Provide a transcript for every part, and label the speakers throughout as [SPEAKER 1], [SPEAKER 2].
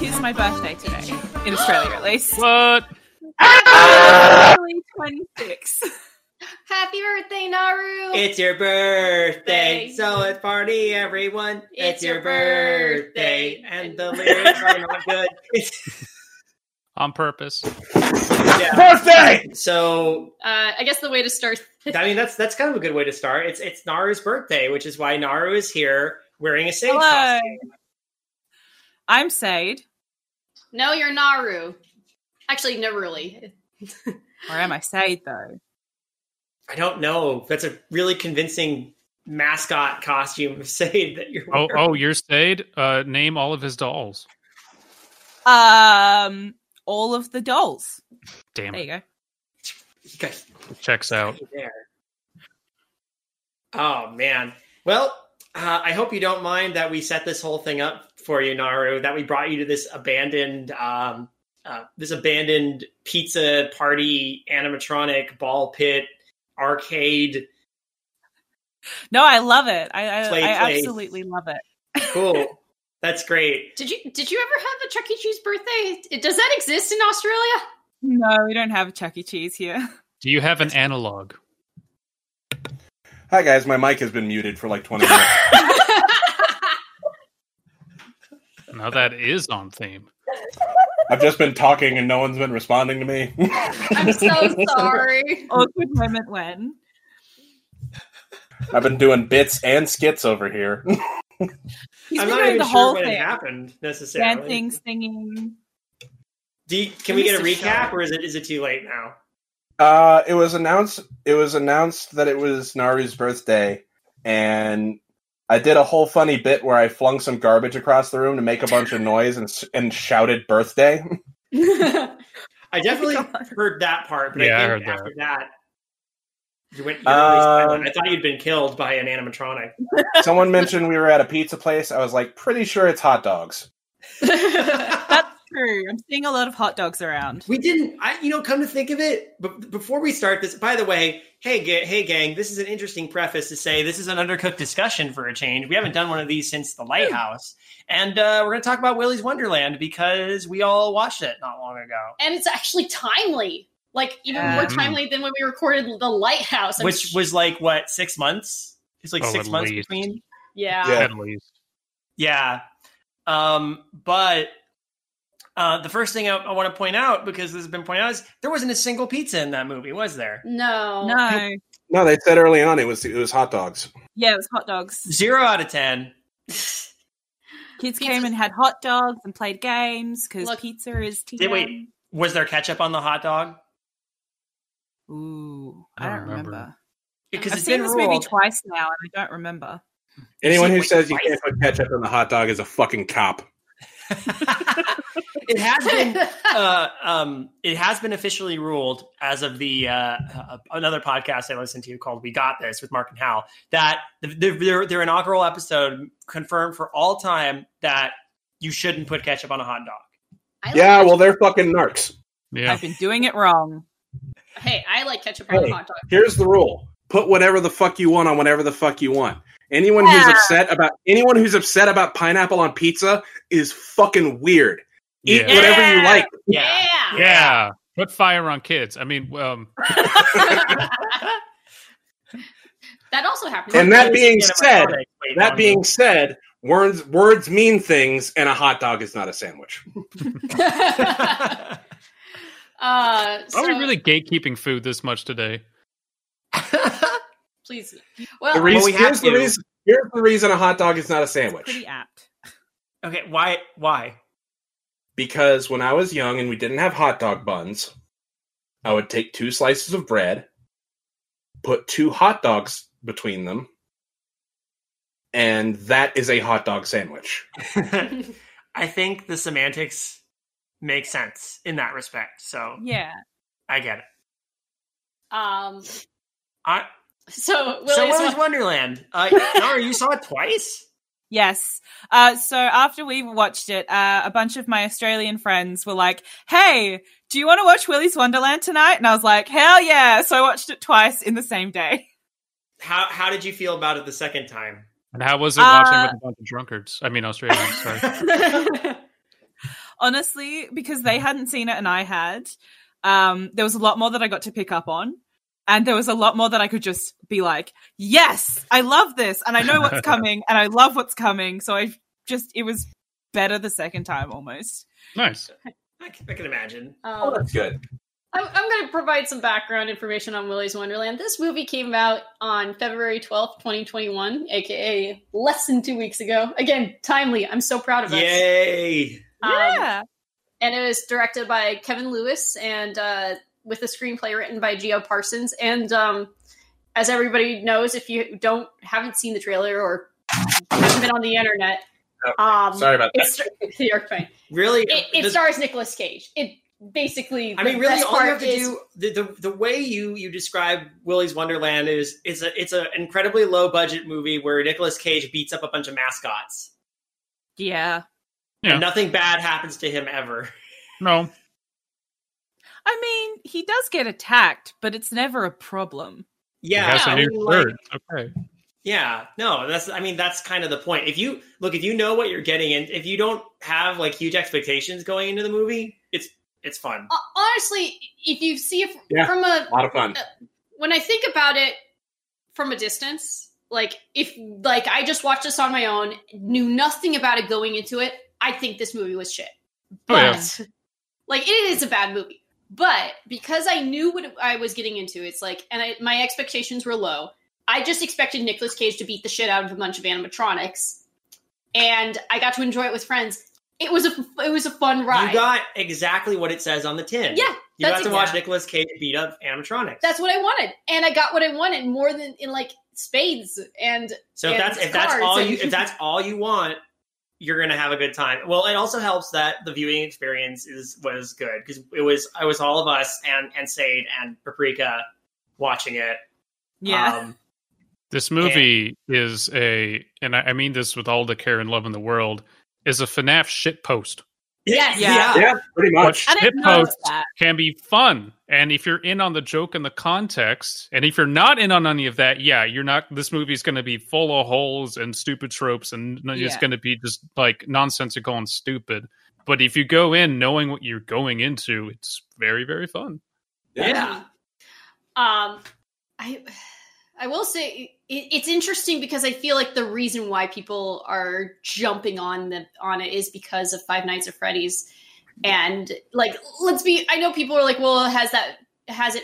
[SPEAKER 1] is my birthday today in Australia, at least.
[SPEAKER 2] What?
[SPEAKER 1] Actually, 26.
[SPEAKER 3] Happy birthday, Naru!
[SPEAKER 4] It's your birthday, so let's party, everyone. It's, your birthday, and the lyrics are not good.
[SPEAKER 2] On purpose.
[SPEAKER 4] yeah.
[SPEAKER 5] Birthday!
[SPEAKER 4] So
[SPEAKER 3] uh, I guess the way to start.
[SPEAKER 4] I mean, that's that's kind of a good way to start. It's it's Naru's birthday, which is why Naru is here wearing a Sage
[SPEAKER 1] Hello.
[SPEAKER 4] costume.
[SPEAKER 1] I'm Sade.
[SPEAKER 3] No, you're Naru. Actually, no, really.
[SPEAKER 1] Or am I Sade, though?
[SPEAKER 4] I don't know. That's a really convincing mascot costume of Sage that you're
[SPEAKER 2] Oh,
[SPEAKER 4] wearing.
[SPEAKER 2] oh, you're stayed. Uh, name all of his dolls.
[SPEAKER 1] Um, all of the dolls.
[SPEAKER 2] Damn
[SPEAKER 1] There
[SPEAKER 2] it.
[SPEAKER 1] you go.
[SPEAKER 4] You guys-
[SPEAKER 2] Checks out.
[SPEAKER 4] there. Oh man. Well, uh, I hope you don't mind that we set this whole thing up for you, Naru. That we brought you to this abandoned, um, uh, this abandoned pizza party animatronic ball pit arcade.
[SPEAKER 1] No, I love it. I, I,
[SPEAKER 4] Play,
[SPEAKER 1] I
[SPEAKER 4] play.
[SPEAKER 1] absolutely love it.
[SPEAKER 4] Cool. That's great.
[SPEAKER 3] Did you did you ever have a Chuck E. Cheese birthday? It- Does that exist in Australia?
[SPEAKER 1] No, we don't have Chuck E. Cheese here.
[SPEAKER 2] Do you have an analog?
[SPEAKER 5] Hi guys, my mic has been muted for like 20 minutes.
[SPEAKER 2] Now that is on theme.
[SPEAKER 5] I've just been talking and no one's been responding to me.
[SPEAKER 3] I'm so sorry.
[SPEAKER 1] Awkward moment when.
[SPEAKER 5] I've been doing bits and skits over here.
[SPEAKER 1] He's been
[SPEAKER 4] I'm not
[SPEAKER 1] doing
[SPEAKER 4] even
[SPEAKER 1] the
[SPEAKER 4] sure
[SPEAKER 1] whole
[SPEAKER 4] when it
[SPEAKER 1] thing.
[SPEAKER 4] happened necessarily.
[SPEAKER 1] Dancing, singing.
[SPEAKER 4] Do you- can we
[SPEAKER 1] Mr.
[SPEAKER 4] get a recap,
[SPEAKER 1] Shaw.
[SPEAKER 4] or is it is it too late now?
[SPEAKER 5] Uh, it was announced. It was announced that it was Naru's birthday, and I did a whole funny bit where I flung some garbage across the room to make a bunch of noise and s- and shouted "birthday."
[SPEAKER 4] I definitely
[SPEAKER 1] Oh God.
[SPEAKER 4] heard that part, but
[SPEAKER 2] Yeah, I
[SPEAKER 4] I
[SPEAKER 2] heard
[SPEAKER 4] think
[SPEAKER 2] that.
[SPEAKER 4] after that. you went. you went really
[SPEAKER 5] Um,
[SPEAKER 4] silent. I thought you'd been killed by an animatronic.
[SPEAKER 5] Someone mentioned we were at a pizza place. I was like, pretty sure it's hot dogs.
[SPEAKER 1] That's true. I'm seeing a lot of hot dogs around.
[SPEAKER 4] We didn't, I, you know, come to think of it, but before we start this, by the way, hey, ga- hey, gang, this is an interesting preface to say this is an undercooked discussion for a change. We haven't done one of these since The Lighthouse. And uh, we're going to talk about Willy's Wonderland because we all watched it not long ago.
[SPEAKER 3] and it's actually timely. Like even
[SPEAKER 1] Yeah.
[SPEAKER 3] more
[SPEAKER 2] Mhm.
[SPEAKER 3] timely than when we recorded The Lighthouse. I'm
[SPEAKER 4] Which
[SPEAKER 3] sh-
[SPEAKER 4] was like, what, six months? It's like
[SPEAKER 2] Oh,
[SPEAKER 4] six
[SPEAKER 2] at
[SPEAKER 4] months
[SPEAKER 2] least.
[SPEAKER 4] between?
[SPEAKER 3] yeah.
[SPEAKER 5] Yeah.
[SPEAKER 2] At least.
[SPEAKER 4] Yeah. Um, but uh, the first thing I, I want to point out, because this has been pointed out, is there wasn't a single pizza in that movie, was there? Oh,
[SPEAKER 3] No.
[SPEAKER 1] No.
[SPEAKER 5] No, they said early on it was it was hot dogs.
[SPEAKER 1] Yeah, it was hot dogs.
[SPEAKER 4] Zero out of 10.
[SPEAKER 1] Kids
[SPEAKER 3] Pizza-
[SPEAKER 1] came and had hot dogs and played games because
[SPEAKER 3] Look-
[SPEAKER 1] pizza is tea.
[SPEAKER 4] Did- wait. Was there ketchup on the hot dog?
[SPEAKER 1] Ooh,
[SPEAKER 2] I
[SPEAKER 1] I
[SPEAKER 2] don't
[SPEAKER 1] don't,
[SPEAKER 2] remember.
[SPEAKER 1] remember.
[SPEAKER 4] Because
[SPEAKER 1] I've
[SPEAKER 4] it's
[SPEAKER 1] seen
[SPEAKER 4] been
[SPEAKER 1] this
[SPEAKER 4] ruled.
[SPEAKER 1] movie twice now, and I don't remember.
[SPEAKER 5] Anyone
[SPEAKER 4] See,
[SPEAKER 5] who
[SPEAKER 4] wait,
[SPEAKER 5] says you
[SPEAKER 4] twice?
[SPEAKER 5] can't put ketchup on the hot dog is a fucking cop.
[SPEAKER 4] it has been. Uh, um, it has been officially ruled as of the uh, uh, another podcast I listened to called "We Got This" with Mark and Hal that the, the, their, their inaugural episode confirmed for all time that you shouldn't put ketchup on a hot dog.
[SPEAKER 3] I like
[SPEAKER 5] Yeah,
[SPEAKER 3] ketchup-
[SPEAKER 5] well they're fucking narcs.
[SPEAKER 2] Yeah.
[SPEAKER 1] I've been doing it wrong.
[SPEAKER 3] Hey, I like ketchup
[SPEAKER 5] Hey.
[SPEAKER 3] on a hot dog.
[SPEAKER 5] here's the rule put whatever the fuck you want on whatever the fuck you want anyone who's
[SPEAKER 1] Yeah.
[SPEAKER 5] upset about anyone who's upset about pineapple on pizza is fucking weird eat
[SPEAKER 2] Yeah.
[SPEAKER 5] whatever you like
[SPEAKER 4] Yeah,
[SPEAKER 3] Yeah.
[SPEAKER 2] Yeah. Put fire on kids. I mean, um,
[SPEAKER 3] That also happened.
[SPEAKER 5] And that being
[SPEAKER 4] It's
[SPEAKER 5] said,
[SPEAKER 4] animatronic. Wait,
[SPEAKER 5] that
[SPEAKER 4] no,
[SPEAKER 5] being said words words mean things and a hot dog is not a sandwich
[SPEAKER 3] uh,
[SPEAKER 2] are
[SPEAKER 3] so,
[SPEAKER 2] we really gatekeeping food this much today?
[SPEAKER 3] Please. Well,
[SPEAKER 5] the
[SPEAKER 3] I-
[SPEAKER 5] reason,
[SPEAKER 4] we have
[SPEAKER 5] here's, the
[SPEAKER 4] to.
[SPEAKER 5] reason here's the reason a hot dog is not a sandwich
[SPEAKER 1] Pretty apt.
[SPEAKER 4] okay, why? Why?
[SPEAKER 5] because when i was young and we didn't have hot dog buns i would take two slices of bread put two hot dogs between them and that is a hot dog sandwich
[SPEAKER 4] I think the semantics make sense in that respect. So
[SPEAKER 1] Yeah.
[SPEAKER 4] I get it.
[SPEAKER 3] um,
[SPEAKER 4] I,
[SPEAKER 3] so Willy's
[SPEAKER 4] so what was
[SPEAKER 3] one-
[SPEAKER 4] Wonderland? Uh, Nara, you saw it twice.
[SPEAKER 1] Yes. Uh, so after we watched it, uh, a bunch of my Australian friends were like, "Hey, do you want to watch Willy's Wonderland tonight?" And I was like, "Hell yeah!" So I watched it twice in the same day.
[SPEAKER 4] How how did you feel about it the second time?
[SPEAKER 2] And how was it
[SPEAKER 1] Uh,
[SPEAKER 2] watching with a bunch of drunkards? I mean, Australians. Sorry.
[SPEAKER 4] I
[SPEAKER 1] honestly, because they hadn't seen it and I had, um, there was a lot more that I got to pick up on. And there was a lot more that I could just be like, yes, I love this. And I know what's coming and I love what's coming. So I just, it was better the second time almost.
[SPEAKER 2] Nice.
[SPEAKER 4] I can, I can imagine.
[SPEAKER 6] Oh,
[SPEAKER 3] Um,
[SPEAKER 6] that's good.
[SPEAKER 3] I'm, I'm going to provide some background information on Willy's Wonderland. This movie came out on February 12th, 2021, aka less than two weeks ago. Again, timely. I'm so proud of us.
[SPEAKER 4] Yay!
[SPEAKER 3] Um,
[SPEAKER 1] yeah.
[SPEAKER 3] and it was directed by Kevin Lewis and uh, with a screenplay written by Geo Parsons. And um, as everybody knows, if you don't haven't seen the trailer or haven't been on the internet, um,
[SPEAKER 6] Sorry about that.
[SPEAKER 3] it's you're fine.
[SPEAKER 4] Really,
[SPEAKER 3] It, it
[SPEAKER 4] does-
[SPEAKER 3] stars Nicolas Cage. It basically.
[SPEAKER 4] I
[SPEAKER 3] the
[SPEAKER 4] mean, really,
[SPEAKER 3] best
[SPEAKER 4] all you
[SPEAKER 3] part
[SPEAKER 4] have to
[SPEAKER 3] is-
[SPEAKER 4] do the, the the way you you describe Willy's Wonderland is it's a it's an incredibly low budget movie where Nicolas Cage beats up a bunch of mascots
[SPEAKER 1] Yeah.
[SPEAKER 2] Yeah.
[SPEAKER 4] and nothing bad happens to him ever.
[SPEAKER 2] No.
[SPEAKER 1] I mean, he does get attacked, but it's never a problem.
[SPEAKER 4] Yeah,
[SPEAKER 2] He has
[SPEAKER 4] I
[SPEAKER 2] a
[SPEAKER 4] mean,
[SPEAKER 2] new
[SPEAKER 4] like,
[SPEAKER 2] shirt. okay.
[SPEAKER 4] Yeah, no, that's I mean that's kind of the point. If you look, if you know what you're getting, and if you don't have like huge expectations going into the movie, it's it's fun.
[SPEAKER 3] Uh, honestly, if you see it
[SPEAKER 6] Yeah.
[SPEAKER 3] from a
[SPEAKER 6] A lot of fun.
[SPEAKER 3] when I think about it from a distance, like if like I just watched this on my own, knew nothing about it going into it, I think this movie was shit.
[SPEAKER 2] Oh, yeah.
[SPEAKER 3] But like it is a bad movie. But because I knew what I was getting into, it's like and I, my expectations were low. I just expected Nicolas Cage to beat the shit out of a bunch of animatronics, and I got to enjoy it with friends. It was a it was a fun ride.
[SPEAKER 4] You got exactly what it says on the tin.
[SPEAKER 3] yeah,
[SPEAKER 4] you
[SPEAKER 3] that's
[SPEAKER 4] got to watch
[SPEAKER 1] exact-
[SPEAKER 4] Nicolas Cage beat up animatronics.
[SPEAKER 3] that's what I wanted, and I got what I wanted more than in like spades. And
[SPEAKER 4] So if
[SPEAKER 3] and
[SPEAKER 4] that's if that's
[SPEAKER 3] cards
[SPEAKER 4] all
[SPEAKER 3] and-
[SPEAKER 4] you if that's all you want, you're gonna have a good time. Well, it also helps that the viewing experience is was good because it was I was all of us and and Sade and Paprika watching it.
[SPEAKER 1] Yeah.
[SPEAKER 4] Um,
[SPEAKER 2] This movie is a, and I, I mean this with all the care and love in the world, is a FNAF shitpost.
[SPEAKER 3] Yes.
[SPEAKER 1] Yeah.
[SPEAKER 6] Yeah, pretty
[SPEAKER 2] But
[SPEAKER 6] much.
[SPEAKER 1] I didn't know
[SPEAKER 2] shitpost
[SPEAKER 1] that.
[SPEAKER 2] can be fun. And if you're in on the joke and the context, and if you're not in on any of that, yeah, you're not. This movie's going to be full of holes and stupid tropes, and n- it's
[SPEAKER 1] Yeah.
[SPEAKER 2] going to be just like nonsensical and stupid. But if you go in knowing what you're going into, it's very, very fun.
[SPEAKER 4] yeah.
[SPEAKER 3] Um, I I will say it, it's interesting because I feel like the reason why people are jumping on the on it is because of Five Nights at Freddy's, and like let's be I know people are like, well, has that has it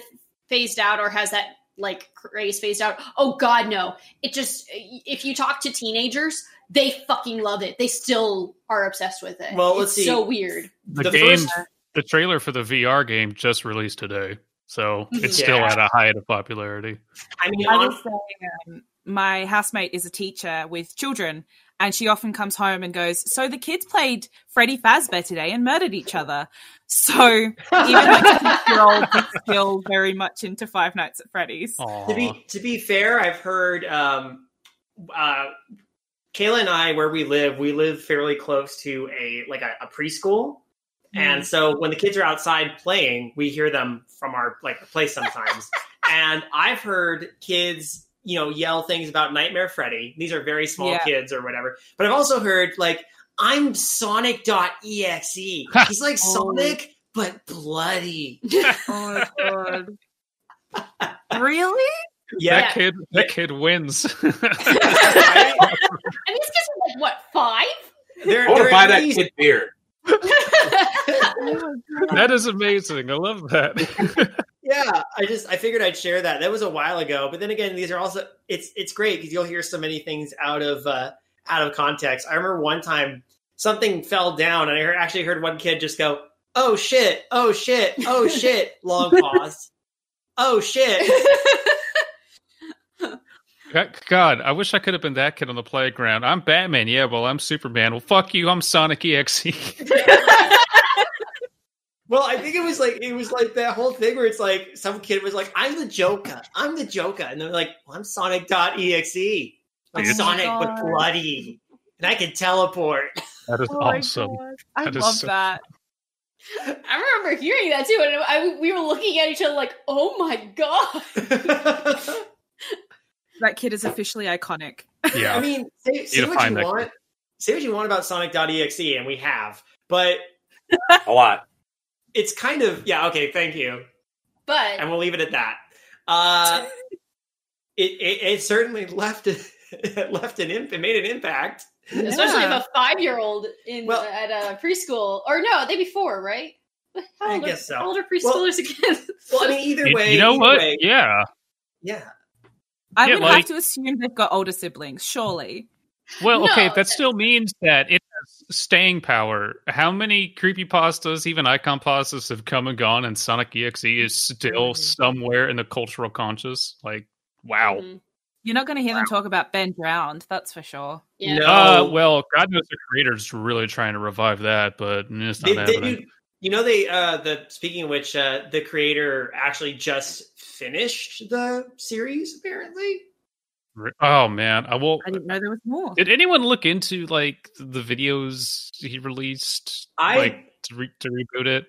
[SPEAKER 3] phased out or has that like craze phased out? Oh God, no! It just if you talk to teenagers, they fucking love it. They still are obsessed with it.
[SPEAKER 4] Well, let's
[SPEAKER 3] It's
[SPEAKER 4] see.
[SPEAKER 3] So weird.
[SPEAKER 2] The,
[SPEAKER 4] The
[SPEAKER 2] game,
[SPEAKER 4] first-
[SPEAKER 2] the trailer for the VR game just released today, so it's still
[SPEAKER 4] Yeah.
[SPEAKER 2] at a high of popularity.
[SPEAKER 4] I mean,
[SPEAKER 1] I
[SPEAKER 4] hon-
[SPEAKER 1] was saying, um, my housemate is a teacher with children, and she often comes home and goes, "So the kids played Freddy Fazbear today and murdered each other." So even like six-year-olds are still very much into Five Nights at Freddy's.
[SPEAKER 2] Oh,
[SPEAKER 4] to be to be fair, I've heard um, uh, Kayla and I, where we live, we live fairly close to a like a, a preschool,
[SPEAKER 1] Mm.
[SPEAKER 4] and so when the kids are outside playing, we hear them from our like place sometimes. and I've heard kids, you know, yell things about Nightmare Freddy. These are very small
[SPEAKER 1] Yeah.
[SPEAKER 4] kids or whatever. But I've also heard like I'm Sonic.exe. E. He's like
[SPEAKER 1] Oh.
[SPEAKER 4] Sonic, but bloody.
[SPEAKER 1] Oh my god! really?
[SPEAKER 4] Yeah.
[SPEAKER 2] That kid, that kid wins.
[SPEAKER 4] right?
[SPEAKER 3] And these kids are like what five?
[SPEAKER 4] They're,
[SPEAKER 6] I want
[SPEAKER 4] they're
[SPEAKER 6] to buy
[SPEAKER 4] at
[SPEAKER 6] that
[SPEAKER 4] least-
[SPEAKER 6] kid beer.
[SPEAKER 2] that is amazing. I love that.
[SPEAKER 4] Yeah, I just I figured I'd share that. That was a while ago, but then again, these are also it's it's great because you'll hear so many things out of uh, out of context. I remember one time something fell down, and I heard, actually heard one kid just go, "Oh shit! Oh shit! Oh shit!" Long pause. Oh shit!
[SPEAKER 2] God, I wish I could have been that kid on the playground. I'm Batman. Yeah, well, I'm Superman. Well, fuck you. I'm Sonic E EXE.
[SPEAKER 4] Well, I think it was like it was like that whole thing where it's like some kid was like, "I'm the Joker, I'm the Joker," and they're like, well, "I'm Sonic.exe, like
[SPEAKER 2] Dude.
[SPEAKER 4] Sonic
[SPEAKER 1] Oh my
[SPEAKER 4] but
[SPEAKER 1] God.
[SPEAKER 4] bloody, and I can teleport."
[SPEAKER 2] That is
[SPEAKER 1] Oh my
[SPEAKER 2] awesome.
[SPEAKER 1] God. I
[SPEAKER 2] That is
[SPEAKER 1] love
[SPEAKER 2] so-
[SPEAKER 1] that.
[SPEAKER 3] I remember hearing that too, and I, we were looking at each other like, "Oh my god!"
[SPEAKER 1] That kid is officially iconic.
[SPEAKER 2] Yeah.
[SPEAKER 4] I mean, say, say
[SPEAKER 2] to
[SPEAKER 4] what
[SPEAKER 2] find
[SPEAKER 4] you
[SPEAKER 2] that
[SPEAKER 4] want. Say what you want about Sonic.exe, and we have, but
[SPEAKER 5] a lot.
[SPEAKER 4] It's kind of yeah. Okay, thank you,
[SPEAKER 3] But
[SPEAKER 4] and we'll leave it at that. Uh, it, it it certainly left it left an imp. It made an impact.
[SPEAKER 3] especially
[SPEAKER 1] Yeah.
[SPEAKER 3] if a five year old in
[SPEAKER 4] Well-
[SPEAKER 3] at a preschool or no, they'd be four, right? How
[SPEAKER 4] I
[SPEAKER 3] old,
[SPEAKER 4] guess
[SPEAKER 3] are,
[SPEAKER 4] so.
[SPEAKER 3] how old are preschoolers again?
[SPEAKER 4] Well, I mean, either
[SPEAKER 2] You-
[SPEAKER 4] way,
[SPEAKER 2] you know
[SPEAKER 4] either
[SPEAKER 2] what?
[SPEAKER 4] way,
[SPEAKER 2] Yeah.
[SPEAKER 4] yeah.
[SPEAKER 1] I
[SPEAKER 2] Yeah,
[SPEAKER 1] would
[SPEAKER 2] like-
[SPEAKER 1] have to assume they've got older siblings, surely.
[SPEAKER 2] Well, okay,
[SPEAKER 3] No.
[SPEAKER 2] that still means that it has staying power. How many creepypastas, even icon pastas, have come and gone, and Sonic EXE is still
[SPEAKER 4] Mhm.
[SPEAKER 2] somewhere in the cultural conscious? Like, wow.
[SPEAKER 3] Mhm.
[SPEAKER 1] You're not going to hear them talk about Ben drowned, that's for sure.
[SPEAKER 3] Yeah.
[SPEAKER 4] No.
[SPEAKER 2] Uh, well, God knows the creators really trying to revive that, but it's
[SPEAKER 4] They,
[SPEAKER 2] not
[SPEAKER 4] they,
[SPEAKER 2] happening.
[SPEAKER 4] you, you know, they uh, the speaking of which, uh, the creator actually just finished the series. Apparently,
[SPEAKER 2] oh man, I will.
[SPEAKER 1] I didn't know there was more.
[SPEAKER 2] Did anyone look into like the videos he released?
[SPEAKER 4] I-
[SPEAKER 2] like to, re- to reboot it.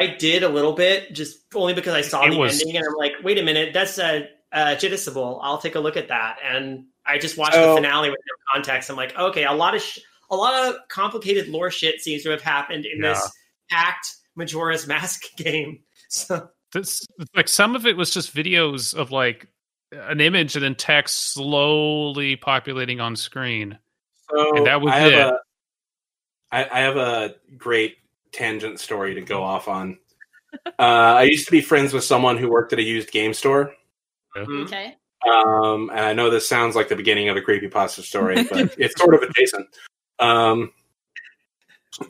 [SPEAKER 4] I did a little bit, just only because I saw
[SPEAKER 2] It
[SPEAKER 4] the
[SPEAKER 2] was-
[SPEAKER 4] ending, and I'm like, wait a minute, that's uh, uh, judiciable. I'll take a look at that. And I just watched
[SPEAKER 6] So-
[SPEAKER 4] the finale with no context. I'm like, okay, a lot of sh- a lot of complicated lore shit seems to have happened in
[SPEAKER 2] Yeah.
[SPEAKER 4] this Act Majora's Mask game. So
[SPEAKER 2] this like some of it was just videos of like an image and then text slowly populating on screen.
[SPEAKER 5] So
[SPEAKER 2] And that was
[SPEAKER 5] I have
[SPEAKER 2] it.
[SPEAKER 5] a- I, I have a great tangent story to go off on. Uh, I used to be friends with someone who worked at a used game store.
[SPEAKER 3] Okay.
[SPEAKER 5] Um, and I know this sounds like the beginning of a creepypasta story, but it's sort of adjacent. Um,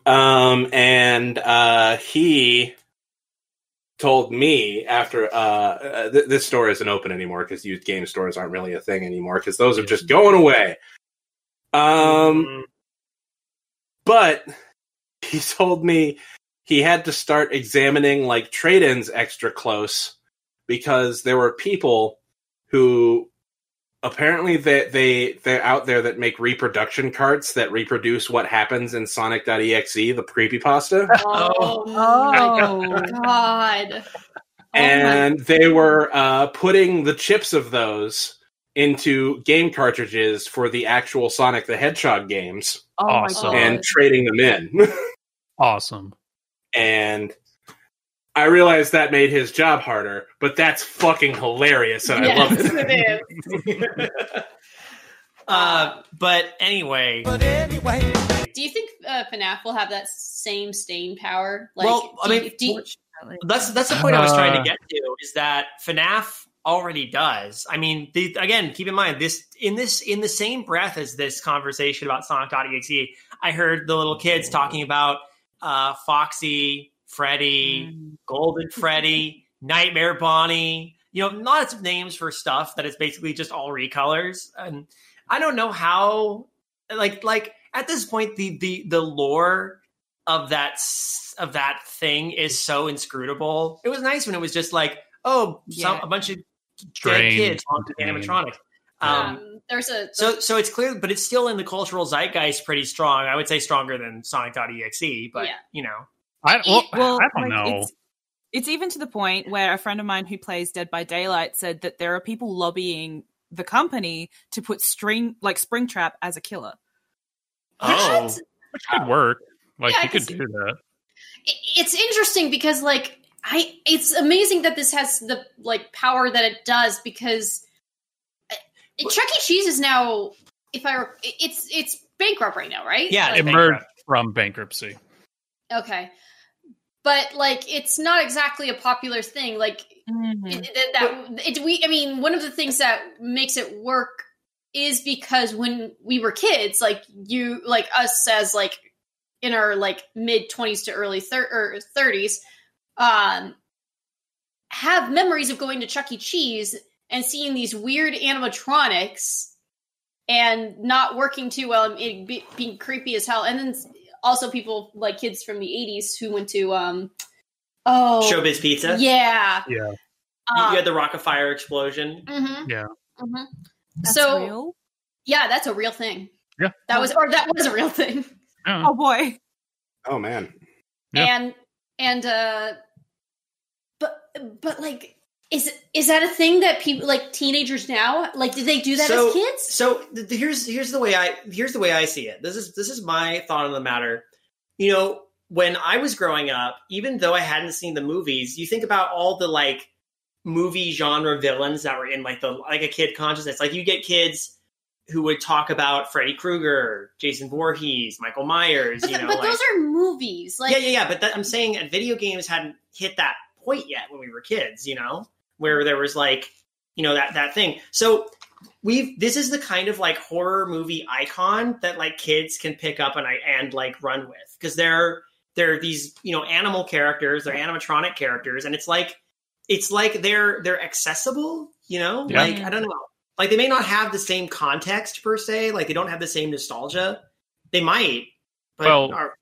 [SPEAKER 5] um, and uh, he told me after uh, uh, th- this store isn't open anymore because used game stores aren't really a thing anymore because those are just going away.
[SPEAKER 4] mm-hmm.
[SPEAKER 5] Um, but he told me he had to start examining like trade-ins extra close because there were people who apparently they, they they're out there that make reproduction carts that reproduce what happens in sonic.exe the creepypasta
[SPEAKER 3] Oh,
[SPEAKER 1] Oh.
[SPEAKER 3] my god. Oh
[SPEAKER 5] and they were uh, putting the chips of those into game cartridges for the actual sonic the hedgehog games
[SPEAKER 1] Oh
[SPEAKER 2] Awesome.
[SPEAKER 1] my god.
[SPEAKER 5] and trading them in
[SPEAKER 2] Awesome.
[SPEAKER 5] and I realized that made his job harder, but that's fucking hilarious, and I love it.
[SPEAKER 3] it is.
[SPEAKER 4] uh, but anyway,
[SPEAKER 3] Do you think uh, FNAF will have that same staying power? Like,
[SPEAKER 4] well, I
[SPEAKER 3] do you-
[SPEAKER 4] mean,
[SPEAKER 3] do you-
[SPEAKER 4] that's that's the point I was trying
[SPEAKER 2] Uh.
[SPEAKER 4] to get to is that FNAF already does. I mean, the, again, keep in mind this in this in the same breath as this conversation about Sonic.exe, E, I heard the little kids talking about uh, Foxy,
[SPEAKER 3] Mm-hmm.
[SPEAKER 4] Freddy, Golden Freddy, Nightmare Bonnie. You know, lots of names for stuff that is basically just all recolors. And I don't know how, like, like at this point, the the the lore of that s- of that thing is so inscrutable. It was nice when it was just like, oh, some,
[SPEAKER 1] Yeah.
[SPEAKER 4] a bunch of dead
[SPEAKER 2] Strange
[SPEAKER 4] kids on the
[SPEAKER 2] contained.
[SPEAKER 4] animatronics. Um,
[SPEAKER 3] um, there's a
[SPEAKER 4] so, so it's clear, but it's still in the cultural zeitgeist pretty strong. I would say stronger than Sonic.exe, but
[SPEAKER 3] Yeah.
[SPEAKER 4] you know,
[SPEAKER 2] I well,
[SPEAKER 1] well,
[SPEAKER 2] I don't
[SPEAKER 1] like,
[SPEAKER 2] know.
[SPEAKER 1] It's, it's even to the point where a friend of mine who plays Dead by Daylight said that there are people lobbying the company to put string like Springtrap as a killer.
[SPEAKER 3] What?
[SPEAKER 2] Which could work. Like
[SPEAKER 3] Yeah, I
[SPEAKER 2] you
[SPEAKER 3] can
[SPEAKER 2] could
[SPEAKER 3] see
[SPEAKER 2] do that.
[SPEAKER 3] it- it's interesting because like i it's amazing that this has the like power that it does because uh, chuck e cheese is now if i rec- it's it's bankrupt right now right
[SPEAKER 4] Yeah,
[SPEAKER 3] Like,
[SPEAKER 4] it-
[SPEAKER 2] Emerged from bankruptcy.
[SPEAKER 3] okay but like it's not exactly a popular thing like
[SPEAKER 2] Mm-hmm.
[SPEAKER 3] it- it- that, that it, we i mean one of the things that makes it work is because when we were kids like you like us as like in our like mid 20s to early thir- or 30s um have memories of going to chuck e cheese and seeing these weird animatronics and not working too well and it be, being creepy as hell and then also people like kids from the 80s who went to um oh
[SPEAKER 4] Showbiz Pizza.
[SPEAKER 3] yeah.
[SPEAKER 2] Yeah.
[SPEAKER 4] You,
[SPEAKER 3] Um,
[SPEAKER 4] you had the Rock of Fire explosion.
[SPEAKER 3] mhm,
[SPEAKER 2] Yeah.
[SPEAKER 3] mhm.
[SPEAKER 1] That's
[SPEAKER 3] So
[SPEAKER 1] real?
[SPEAKER 3] yeah, that's a real thing.
[SPEAKER 2] Yeah.
[SPEAKER 3] That was or that was a real thing.
[SPEAKER 2] Yeah.
[SPEAKER 1] oh boy,
[SPEAKER 5] Oh man,
[SPEAKER 2] Yeah.
[SPEAKER 3] And and uh but but like is is that a thing that people like teenagers now like did they do that
[SPEAKER 4] So-
[SPEAKER 3] as kids?
[SPEAKER 4] So th- here's here's the way I here's the way I see it. This is this is my thought on the matter. You know, when I was growing up, even though I hadn't seen the movies, you think about all the like movie genre villains that were in like the like a kid consciousness. Like you get kids who would talk about Freddy Krueger, Jason Voorhees, Michael Myers.
[SPEAKER 3] But,
[SPEAKER 4] you
[SPEAKER 3] th-
[SPEAKER 4] know,
[SPEAKER 3] but
[SPEAKER 4] like,
[SPEAKER 3] those are movies. Like,
[SPEAKER 4] yeah, yeah, yeah. But that, I'm saying that video games hadn't hit that point yet when we were kids, you know,
[SPEAKER 2] Mm-hmm.
[SPEAKER 4] where there was like, you know, that that thing. So we've this is the kind of like horror movie icon that like kids can pick up and I and like run with because they're they're these you know animal characters, they're animatronic characters, and it's like it's like they're they're accessible, you know,
[SPEAKER 2] Yeah.
[SPEAKER 4] like I don't know. Like they may not have the same context per se, like they don't have the same nostalgia. They might, but
[SPEAKER 2] Well,
[SPEAKER 4] are-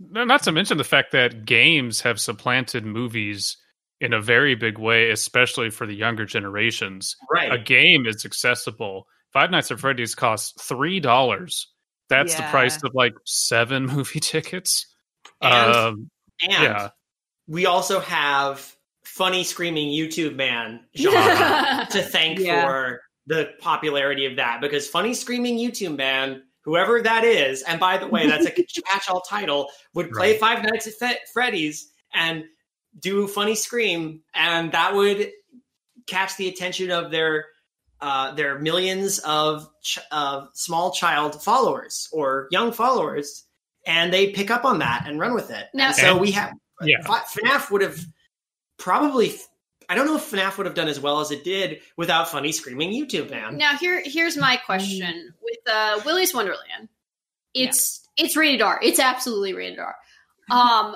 [SPEAKER 2] No, Not to mention the fact that games have supplanted movies in a very big way, especially for the younger generations.
[SPEAKER 4] right.
[SPEAKER 2] A game is accessible. Five Nights at Freddy's costs three dollars. That's the
[SPEAKER 1] Yeah.
[SPEAKER 2] price of like seven movie tickets.
[SPEAKER 4] And-
[SPEAKER 2] um,
[SPEAKER 4] And
[SPEAKER 2] yeah,
[SPEAKER 4] we also have funny screaming YouTube man genre
[SPEAKER 3] yeah.
[SPEAKER 4] to thank
[SPEAKER 1] Yeah.
[SPEAKER 4] for the popularity of that because funny screaming YouTube man, whoever that is, and by the way, that's a catch-all title, would play
[SPEAKER 2] Right.
[SPEAKER 4] Five Nights at Fe- Freddy's and do funny scream, and that would catch the attention of their uh, their millions of ch- of small child followers or young followers, and they pick up on that and run with it.
[SPEAKER 3] Now-
[SPEAKER 4] and so
[SPEAKER 2] And-
[SPEAKER 4] we have
[SPEAKER 2] yeah.
[SPEAKER 4] Fa- FNAF would have probably. I don't know if FNAF would have done as well as it did without funny screaming YouTube man.
[SPEAKER 3] Now here here's my question with uh Willy's Wonderland. It's it's rated R. It's absolutely rated R. Um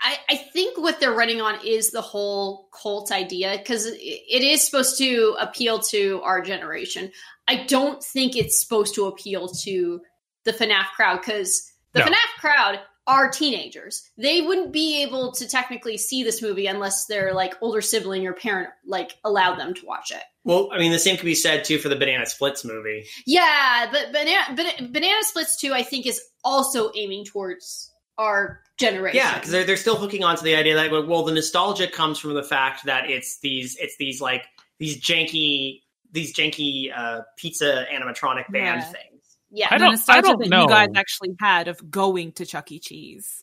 [SPEAKER 3] I I think what they're running on is the whole cult idea cuz it is supposed to appeal to our generation. I don't think it's supposed to appeal to the FNAF crowd cuz the
[SPEAKER 2] No.
[SPEAKER 3] FNAF crowd are teenagers. They wouldn't be able to technically see this movie unless their like older sibling or parent like allowed them to watch it.
[SPEAKER 4] Well, I mean, the same could be said too for the Banana Splits movie.
[SPEAKER 3] Yeah, but banana Ban- banana splits too. I think is also aiming towards our generation.
[SPEAKER 4] Yeah, because they're, they're still hooking on to the idea that like, well, the nostalgia comes from the fact that it's these it's these like these janky these janky uh, pizza animatronic band
[SPEAKER 1] Yeah.
[SPEAKER 4] things.
[SPEAKER 3] yeah.
[SPEAKER 2] I
[SPEAKER 1] I
[SPEAKER 2] don't- I
[SPEAKER 1] the nostalgia
[SPEAKER 2] don't
[SPEAKER 1] that
[SPEAKER 2] know.
[SPEAKER 1] you guys actually had of going to Chuck E. Cheese.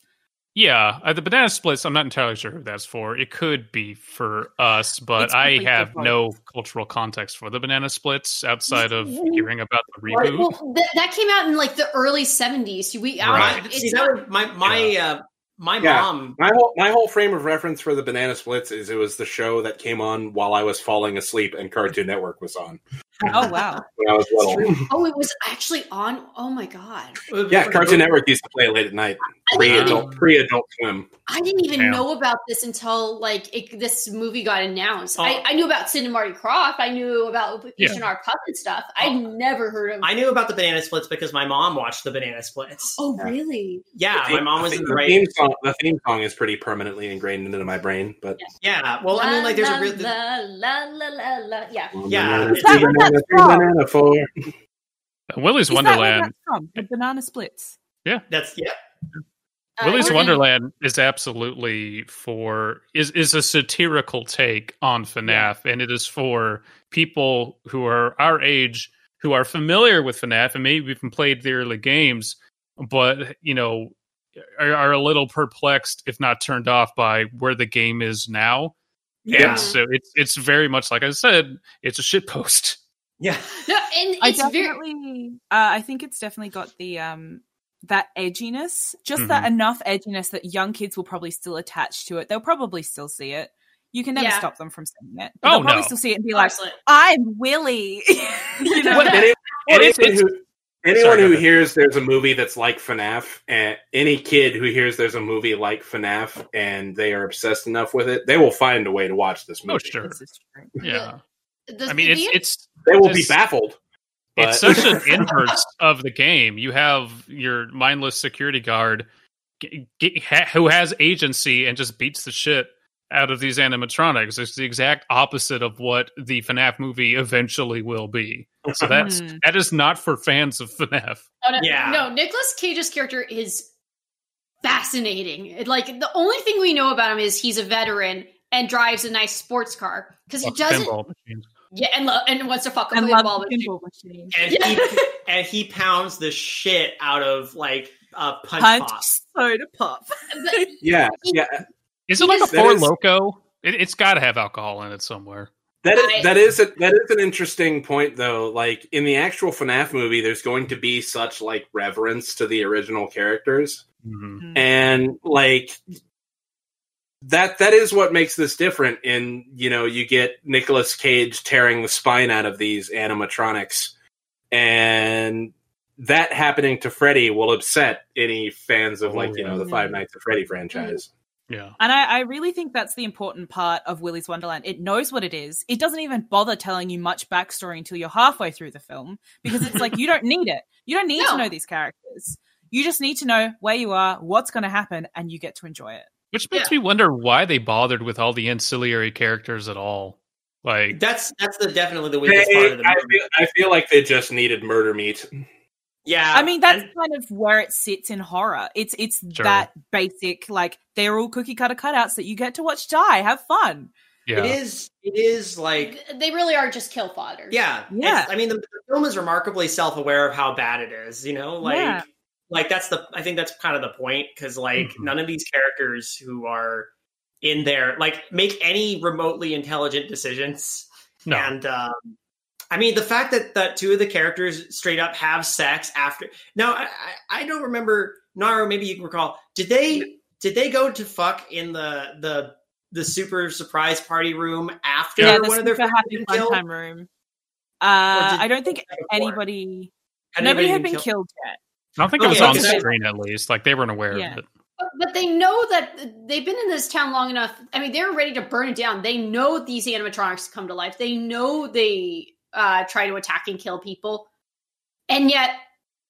[SPEAKER 2] Yeah, uh, the banana splits. I'm not entirely sure who that's for. It could be for us, but
[SPEAKER 1] It's
[SPEAKER 2] I
[SPEAKER 1] completely
[SPEAKER 2] have
[SPEAKER 1] different.
[SPEAKER 2] no cultural context for the banana splits outside of hearing about the
[SPEAKER 3] Well,
[SPEAKER 2] reboot.
[SPEAKER 3] th- that came out in like the early seventies. We, I-
[SPEAKER 2] Right.
[SPEAKER 4] My,
[SPEAKER 3] it's
[SPEAKER 4] see,
[SPEAKER 3] not-
[SPEAKER 4] that was my my uh, my
[SPEAKER 5] Yeah.
[SPEAKER 4] mom.
[SPEAKER 5] My whole my whole frame of reference for the Banana Splits is it was the show that came on while I was falling asleep and Cartoon Network was on
[SPEAKER 1] Oh wow!
[SPEAKER 5] when I was little.
[SPEAKER 3] oh, it was actually on. Oh my god,
[SPEAKER 5] Yeah, Cartoon Network used to play late at night.
[SPEAKER 3] I
[SPEAKER 5] Pre
[SPEAKER 3] didn't even,
[SPEAKER 5] adult pre adult swim.
[SPEAKER 3] I didn't even
[SPEAKER 2] Damn.
[SPEAKER 3] know about this until like it, this movie got announced.
[SPEAKER 4] Oh.
[SPEAKER 3] I, I knew about Sid and Marty Croft. I knew about
[SPEAKER 2] Yeah.
[SPEAKER 3] H and R Puppet stuff. I'd never heard of.
[SPEAKER 4] Oh. I knew about the Banana Splits because my mom watched the Banana Splits.
[SPEAKER 3] oh really?
[SPEAKER 4] Yeah, my mom was
[SPEAKER 5] the
[SPEAKER 4] in the
[SPEAKER 5] theme- the
[SPEAKER 4] right
[SPEAKER 5] theme song. The theme song is pretty permanently ingrained into my brain, but
[SPEAKER 4] Yeah, well, I mean, like, there's
[SPEAKER 3] la,
[SPEAKER 4] a real.
[SPEAKER 3] la, la, la, la, la. Yeah.
[SPEAKER 4] Yeah.
[SPEAKER 5] um, Banana,
[SPEAKER 4] Is
[SPEAKER 1] that what
[SPEAKER 5] banana,
[SPEAKER 1] that's from?
[SPEAKER 5] banana for-
[SPEAKER 1] Is
[SPEAKER 2] Willie's
[SPEAKER 1] that where
[SPEAKER 2] Wonderland.
[SPEAKER 1] that's from? The banana splits.
[SPEAKER 4] That's yeah.
[SPEAKER 3] Uh,
[SPEAKER 2] Willy's
[SPEAKER 3] we're-
[SPEAKER 2] Wonderland is absolutely for is is a satirical take on FNAF, and it is for people who are our age who are familiar with FNAF and maybe even played the early games, but you know are, are a little perplexed if not turned off by where the game is now.
[SPEAKER 4] Yeah.
[SPEAKER 2] And so it's it's very much like I said, it's a shitpost.
[SPEAKER 4] Yeah.
[SPEAKER 3] No, and
[SPEAKER 1] I
[SPEAKER 3] it's very
[SPEAKER 1] definitely, uh, I think it's definitely got the um that edginess, just that enough edginess that young kids will probably still attach to it. They'll probably still see it. You can never
[SPEAKER 3] Yeah.
[SPEAKER 1] stop them from seeing it.
[SPEAKER 2] Oh,
[SPEAKER 1] They'll probably
[SPEAKER 2] no.
[SPEAKER 1] still see it and be like,
[SPEAKER 3] excellent.
[SPEAKER 1] "I'm Willy." You know?
[SPEAKER 5] What- any-
[SPEAKER 2] Well, it's-
[SPEAKER 5] anyone who, anyone
[SPEAKER 2] Sorry, go
[SPEAKER 5] who
[SPEAKER 2] ahead.
[SPEAKER 5] hears there's a movie that's like FNAF, and any kid who hears there's a movie like FNAF and they are obsessed enough with it, they will find a way to watch this movie.
[SPEAKER 2] Oh sure.
[SPEAKER 1] This is true.
[SPEAKER 2] Yeah.
[SPEAKER 3] The,
[SPEAKER 2] I mean it's
[SPEAKER 3] the-
[SPEAKER 2] it's
[SPEAKER 5] They will
[SPEAKER 2] Just-
[SPEAKER 5] be baffled.
[SPEAKER 2] It's
[SPEAKER 5] but-
[SPEAKER 2] such an inverse of the game. You have your mindless security guard g- g- ha- who has agency and just beats the shit out of these animatronics. It's the exact opposite of what the FNAF movie eventually will be. So that's
[SPEAKER 1] Hmm.
[SPEAKER 2] that is not for fans of FNAF.
[SPEAKER 3] oh, no,
[SPEAKER 4] yeah.
[SPEAKER 3] no, Nicolas Cage's character is fascinating. It- Like the only thing we know about him is he's a veteran and drives a nice sports car because he
[SPEAKER 2] Fuck
[SPEAKER 3] doesn't.
[SPEAKER 2] pinball machines.
[SPEAKER 3] Yeah, and lo- and wants to fuck up
[SPEAKER 1] And
[SPEAKER 3] with
[SPEAKER 1] love
[SPEAKER 3] ball
[SPEAKER 1] the pinball machine.
[SPEAKER 4] And he and he pounds the shit out of like uh, punch,
[SPEAKER 1] Punch
[SPEAKER 4] pop.
[SPEAKER 1] soda pop.
[SPEAKER 3] But
[SPEAKER 5] Yeah, yeah.
[SPEAKER 2] Is it like a
[SPEAKER 5] That
[SPEAKER 2] four
[SPEAKER 5] is-
[SPEAKER 2] loco? It, it's got to have alcohol in it somewhere.
[SPEAKER 5] That
[SPEAKER 3] I-
[SPEAKER 5] is, that is a, that is an interesting point though. Like in the actual FNAF movie, there's going to be such like reverence to the original characters,
[SPEAKER 2] Mhm.
[SPEAKER 5] and like that that is what makes this different. In you know, you get Nicolas Cage tearing the spine out of these animatronics, and that happening to Freddy will upset any fans of
[SPEAKER 2] Oh,
[SPEAKER 5] like you know the
[SPEAKER 1] yeah.
[SPEAKER 5] Five Nights at Freddy franchise.
[SPEAKER 4] Mm-hmm.
[SPEAKER 2] Yeah.
[SPEAKER 1] And I, I really think that's the important part of Willy's Wonderland. It knows what it is. It doesn't even bother telling you much backstory until you're halfway through the film because it's like you don't need it. You don't need
[SPEAKER 3] No.
[SPEAKER 1] to know these characters. You just need to know where you are, what's going to happen, and you get to enjoy it.
[SPEAKER 2] Which makes me wonder why they bothered with all the ancillary characters at all. Like,
[SPEAKER 4] That's that's the definitely the
[SPEAKER 5] They,
[SPEAKER 4] weakest part of the
[SPEAKER 5] I,
[SPEAKER 4] movie.
[SPEAKER 5] feel, I feel like they just needed murder meat.
[SPEAKER 4] Yeah,
[SPEAKER 1] I mean, that's
[SPEAKER 4] Uh, and-
[SPEAKER 1] kind of where it sits in horror. It's it's
[SPEAKER 2] Sure.
[SPEAKER 1] that basic, like they're all cookie cutter cutouts that you get to watch die, have fun.
[SPEAKER 2] yeah.
[SPEAKER 4] it is. It is like
[SPEAKER 3] they really are just kill fodder.
[SPEAKER 4] Yeah,
[SPEAKER 1] Yeah.
[SPEAKER 4] It's- I mean, the, the film is remarkably self-aware of how bad it is. You know, like
[SPEAKER 1] Yeah.
[SPEAKER 4] like that's the I think that's kind of the point because like
[SPEAKER 2] Mhm.
[SPEAKER 4] none of these characters who are in there like make any remotely intelligent decisions.
[SPEAKER 2] No.
[SPEAKER 4] And um, I mean, the fact that that two of the characters straight up have sex after. Now, I, I, I don't remember Naro. Maybe you can recall. Did they did they go to fuck in the the the super surprise party room after
[SPEAKER 1] Yeah, the
[SPEAKER 4] one of their
[SPEAKER 1] super
[SPEAKER 4] friends
[SPEAKER 1] happy
[SPEAKER 4] been
[SPEAKER 1] fun
[SPEAKER 4] killed?
[SPEAKER 1] time room.
[SPEAKER 4] Or
[SPEAKER 1] Uh,
[SPEAKER 4] did-
[SPEAKER 1] I don't think anybody, nobody had been killed yet. Oh,
[SPEAKER 2] I don't think it was
[SPEAKER 4] Okay,
[SPEAKER 2] on
[SPEAKER 4] okay.
[SPEAKER 2] screen at least. Like, they weren't aware
[SPEAKER 1] Yeah.
[SPEAKER 2] of it.
[SPEAKER 3] But, but they know that they've been in this town long enough. I mean, they're ready to burn it down. They know these animatronics come to life. They know they uh, try to attack and kill people. And yet,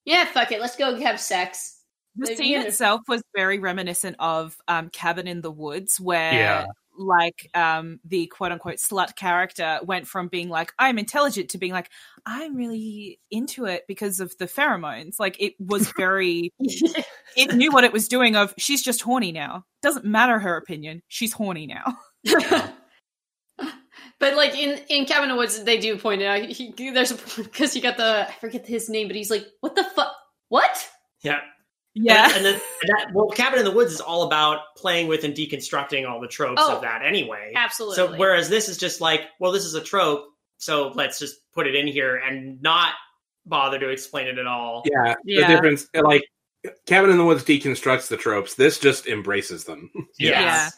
[SPEAKER 3] yeah, fuck it. Let's go have sex.
[SPEAKER 1] the
[SPEAKER 3] Like,
[SPEAKER 1] scene
[SPEAKER 3] yeah.
[SPEAKER 1] itself was very reminiscent of um, cabin in the woods where
[SPEAKER 2] Yeah.
[SPEAKER 1] like um, the quote unquote slut character went from being like i'm intelligent to being like i'm really into it because of the pheromones like it was very it knew what it was doing of she's just horny now doesn't matter her opinion she's horny now
[SPEAKER 3] but like in in Cabin in the Woods, they do point it out. He, he- there's a because you got the I forget his name, but he's like, what the fuck? What?
[SPEAKER 4] Yeah,
[SPEAKER 1] yeah
[SPEAKER 4] And, and then, and that well, Cabin in the Woods is all about playing with and deconstructing all the tropes
[SPEAKER 3] Oh,
[SPEAKER 4] of that anyway.
[SPEAKER 3] Absolutely.
[SPEAKER 4] So whereas this is just like, well, this is a trope, so let's just put it in here and not bother to explain it at all.
[SPEAKER 5] Yeah,
[SPEAKER 1] Yeah.
[SPEAKER 5] the difference, like Cabin in the Woods deconstructs the tropes. This just embraces them.
[SPEAKER 1] Yeah.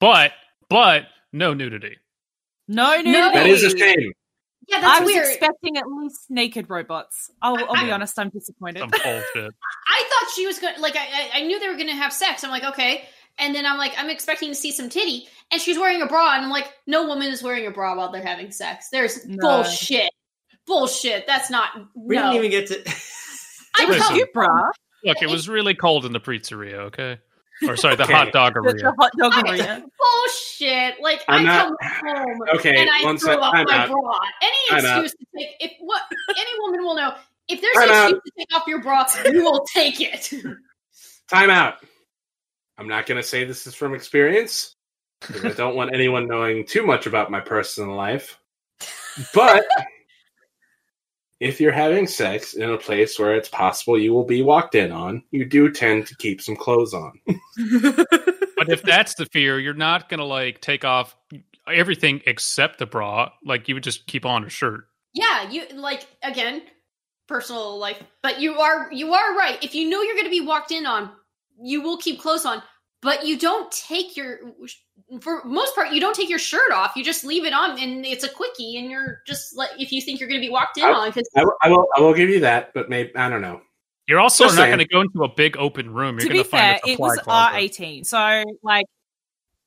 [SPEAKER 2] But, but, no nudity.
[SPEAKER 1] no nudity. no
[SPEAKER 5] That is a shame.
[SPEAKER 3] yeah,
[SPEAKER 1] I
[SPEAKER 3] that's
[SPEAKER 1] was
[SPEAKER 3] weird.
[SPEAKER 1] expecting at least naked robots. I'll, I'll be
[SPEAKER 2] Yeah.
[SPEAKER 1] honest, I'm disappointed.
[SPEAKER 2] Some bullshit.
[SPEAKER 3] I thought she was going to like I, I I knew they were gonna have sex. I'm like okay, and then I'm like I'm expecting to see some titty, and she's wearing a bra, and I'm like no woman is wearing a bra while they're having sex. There's
[SPEAKER 1] No.
[SPEAKER 3] bullshit, bullshit. That's not
[SPEAKER 4] We
[SPEAKER 3] no.
[SPEAKER 4] didn't even get to.
[SPEAKER 3] I'm
[SPEAKER 2] Listen.
[SPEAKER 3] telling-
[SPEAKER 1] Cute bra.
[SPEAKER 2] Look, it was really cold in the pizzeria, okay? Or sorry, the
[SPEAKER 5] Okay.
[SPEAKER 2] hot dog
[SPEAKER 1] The, the
[SPEAKER 2] area.
[SPEAKER 1] hot dog
[SPEAKER 3] I-
[SPEAKER 1] arena.
[SPEAKER 3] bullshit. Like
[SPEAKER 5] I'm
[SPEAKER 3] I
[SPEAKER 5] not-
[SPEAKER 3] come home
[SPEAKER 5] Okay,
[SPEAKER 3] and I
[SPEAKER 5] one
[SPEAKER 3] throw
[SPEAKER 5] sec.
[SPEAKER 3] off
[SPEAKER 5] I'm
[SPEAKER 3] my
[SPEAKER 5] out.
[SPEAKER 3] bra. Any
[SPEAKER 5] I'm out.
[SPEAKER 3] excuse to take if what any woman will know if there's
[SPEAKER 5] I'm
[SPEAKER 3] an
[SPEAKER 5] out.
[SPEAKER 3] excuse to take off your bra, you will take it.
[SPEAKER 5] Time out. I'm not going to say this is from experience because I don't want anyone knowing too much about my personal life. But if you're having sex in a place where it's possible you will be walked in on, you do tend to keep some clothes on.
[SPEAKER 2] But if that's the fear, you're not going to like take off everything except the bra. Like, you would just keep on a shirt.
[SPEAKER 3] yeah, you like again personal life, but you are you are right. If you know you're going to be walked in on, you will keep clothes on, but you don't take your for most part you don't take your shirt off. You just leave it on, and it's a quickie, and you're just like if you think you're going to be walked in
[SPEAKER 5] I-
[SPEAKER 3] on because.
[SPEAKER 5] I will- I will, I will give you that, but maybe, I don't know.
[SPEAKER 2] You're also
[SPEAKER 5] Just
[SPEAKER 2] not
[SPEAKER 5] saying.
[SPEAKER 2] going to go into a big open room. You're
[SPEAKER 1] to
[SPEAKER 2] going
[SPEAKER 1] be
[SPEAKER 2] to
[SPEAKER 1] fair,
[SPEAKER 2] find a
[SPEAKER 1] it
[SPEAKER 2] supply
[SPEAKER 1] was uh,
[SPEAKER 2] closet.
[SPEAKER 1] R18. So, like,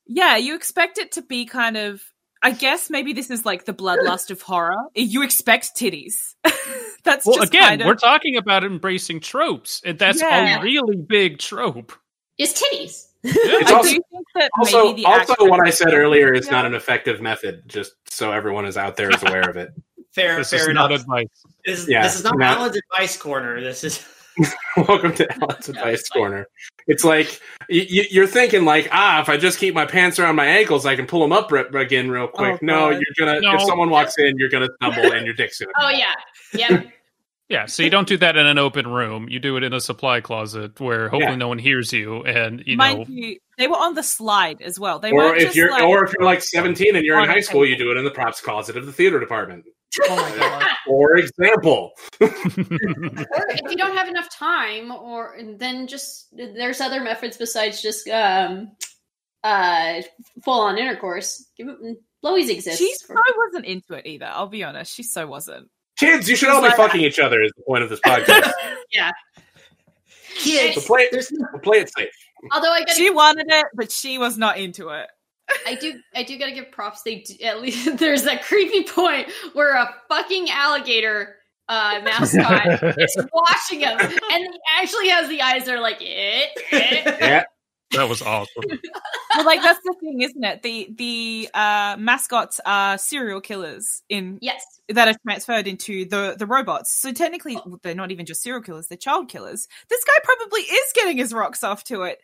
[SPEAKER 1] yeah, you expect it to be kind of. I guess maybe this is like the bloodlust of horror. You expect titties. That's
[SPEAKER 2] Well,
[SPEAKER 1] just
[SPEAKER 2] again,
[SPEAKER 1] kind of,
[SPEAKER 2] we're talking about embracing tropes, and that's
[SPEAKER 1] Yeah.
[SPEAKER 2] a really big trope.
[SPEAKER 3] Is titties.
[SPEAKER 2] Yeah.
[SPEAKER 5] It's
[SPEAKER 1] I
[SPEAKER 5] also-
[SPEAKER 1] do think that
[SPEAKER 5] Also,
[SPEAKER 1] maybe the
[SPEAKER 5] also
[SPEAKER 1] actress-
[SPEAKER 5] what I said earlier is not
[SPEAKER 1] Yeah.
[SPEAKER 5] an effective method. Just so everyone is out there is aware of it.
[SPEAKER 4] Fair,
[SPEAKER 2] This is
[SPEAKER 4] fair
[SPEAKER 2] not
[SPEAKER 4] enough.
[SPEAKER 2] advice.
[SPEAKER 4] this, is
[SPEAKER 5] yeah,
[SPEAKER 4] this is not
[SPEAKER 5] not-
[SPEAKER 4] Alan's advice corner. This is
[SPEAKER 5] Welcome to Alan's
[SPEAKER 3] Yeah,
[SPEAKER 5] Advice
[SPEAKER 3] it's like-
[SPEAKER 5] Corner. It's like y- y- you're thinking like, ah, if I just keep my pants around my ankles, I can pull them up re- again real quick.
[SPEAKER 1] Oh,
[SPEAKER 5] no,
[SPEAKER 1] God.
[SPEAKER 5] you're gonna.
[SPEAKER 2] No.
[SPEAKER 5] If someone walks in, you're gonna stumble and your dick's gonna.
[SPEAKER 3] Oh yeah, yeah.
[SPEAKER 2] Yeah, so you don't do that in an open room. You do it in a supply closet where hopefully
[SPEAKER 5] Yeah.
[SPEAKER 2] no one hears you, and you know
[SPEAKER 1] Mind you, they were on the slide as well. They
[SPEAKER 5] or
[SPEAKER 1] weren't
[SPEAKER 5] if
[SPEAKER 1] just
[SPEAKER 5] you're
[SPEAKER 1] like,
[SPEAKER 5] or if you're like 17 and you're in
[SPEAKER 1] On a
[SPEAKER 5] high school, you
[SPEAKER 1] table.
[SPEAKER 5] do it in the props closet of the theater department.
[SPEAKER 2] Oh my God.
[SPEAKER 5] For example,
[SPEAKER 3] or if you don't have enough time or then just there's other methods besides just um uh full on intercourse Give it- Lois exists
[SPEAKER 1] she so
[SPEAKER 3] for-
[SPEAKER 1] wasn't into it either. I'll be honest, she so wasn't.
[SPEAKER 5] kids, you should all be fucking each other. Is the point of this podcast?
[SPEAKER 4] Kids,
[SPEAKER 5] So play it,
[SPEAKER 4] there's no
[SPEAKER 5] so play it safe.
[SPEAKER 3] although i gotta
[SPEAKER 1] She wanted it, but she was not into it.
[SPEAKER 3] I do I do gotta give props. They do, at least there's that creepy point where a fucking alligator uh mascot is watching him and he actually has the eyes that are like eh, eh.
[SPEAKER 5] Yeah,
[SPEAKER 2] that was awesome.
[SPEAKER 1] Well, like that's the thing, isn't it? The the uh, mascots are serial killers in
[SPEAKER 3] Yes.
[SPEAKER 1] that are transferred into the the robots. So technically,
[SPEAKER 5] Oh.
[SPEAKER 1] they're not even just serial killers; they're child killers. This guy probably is getting his rocks off to it.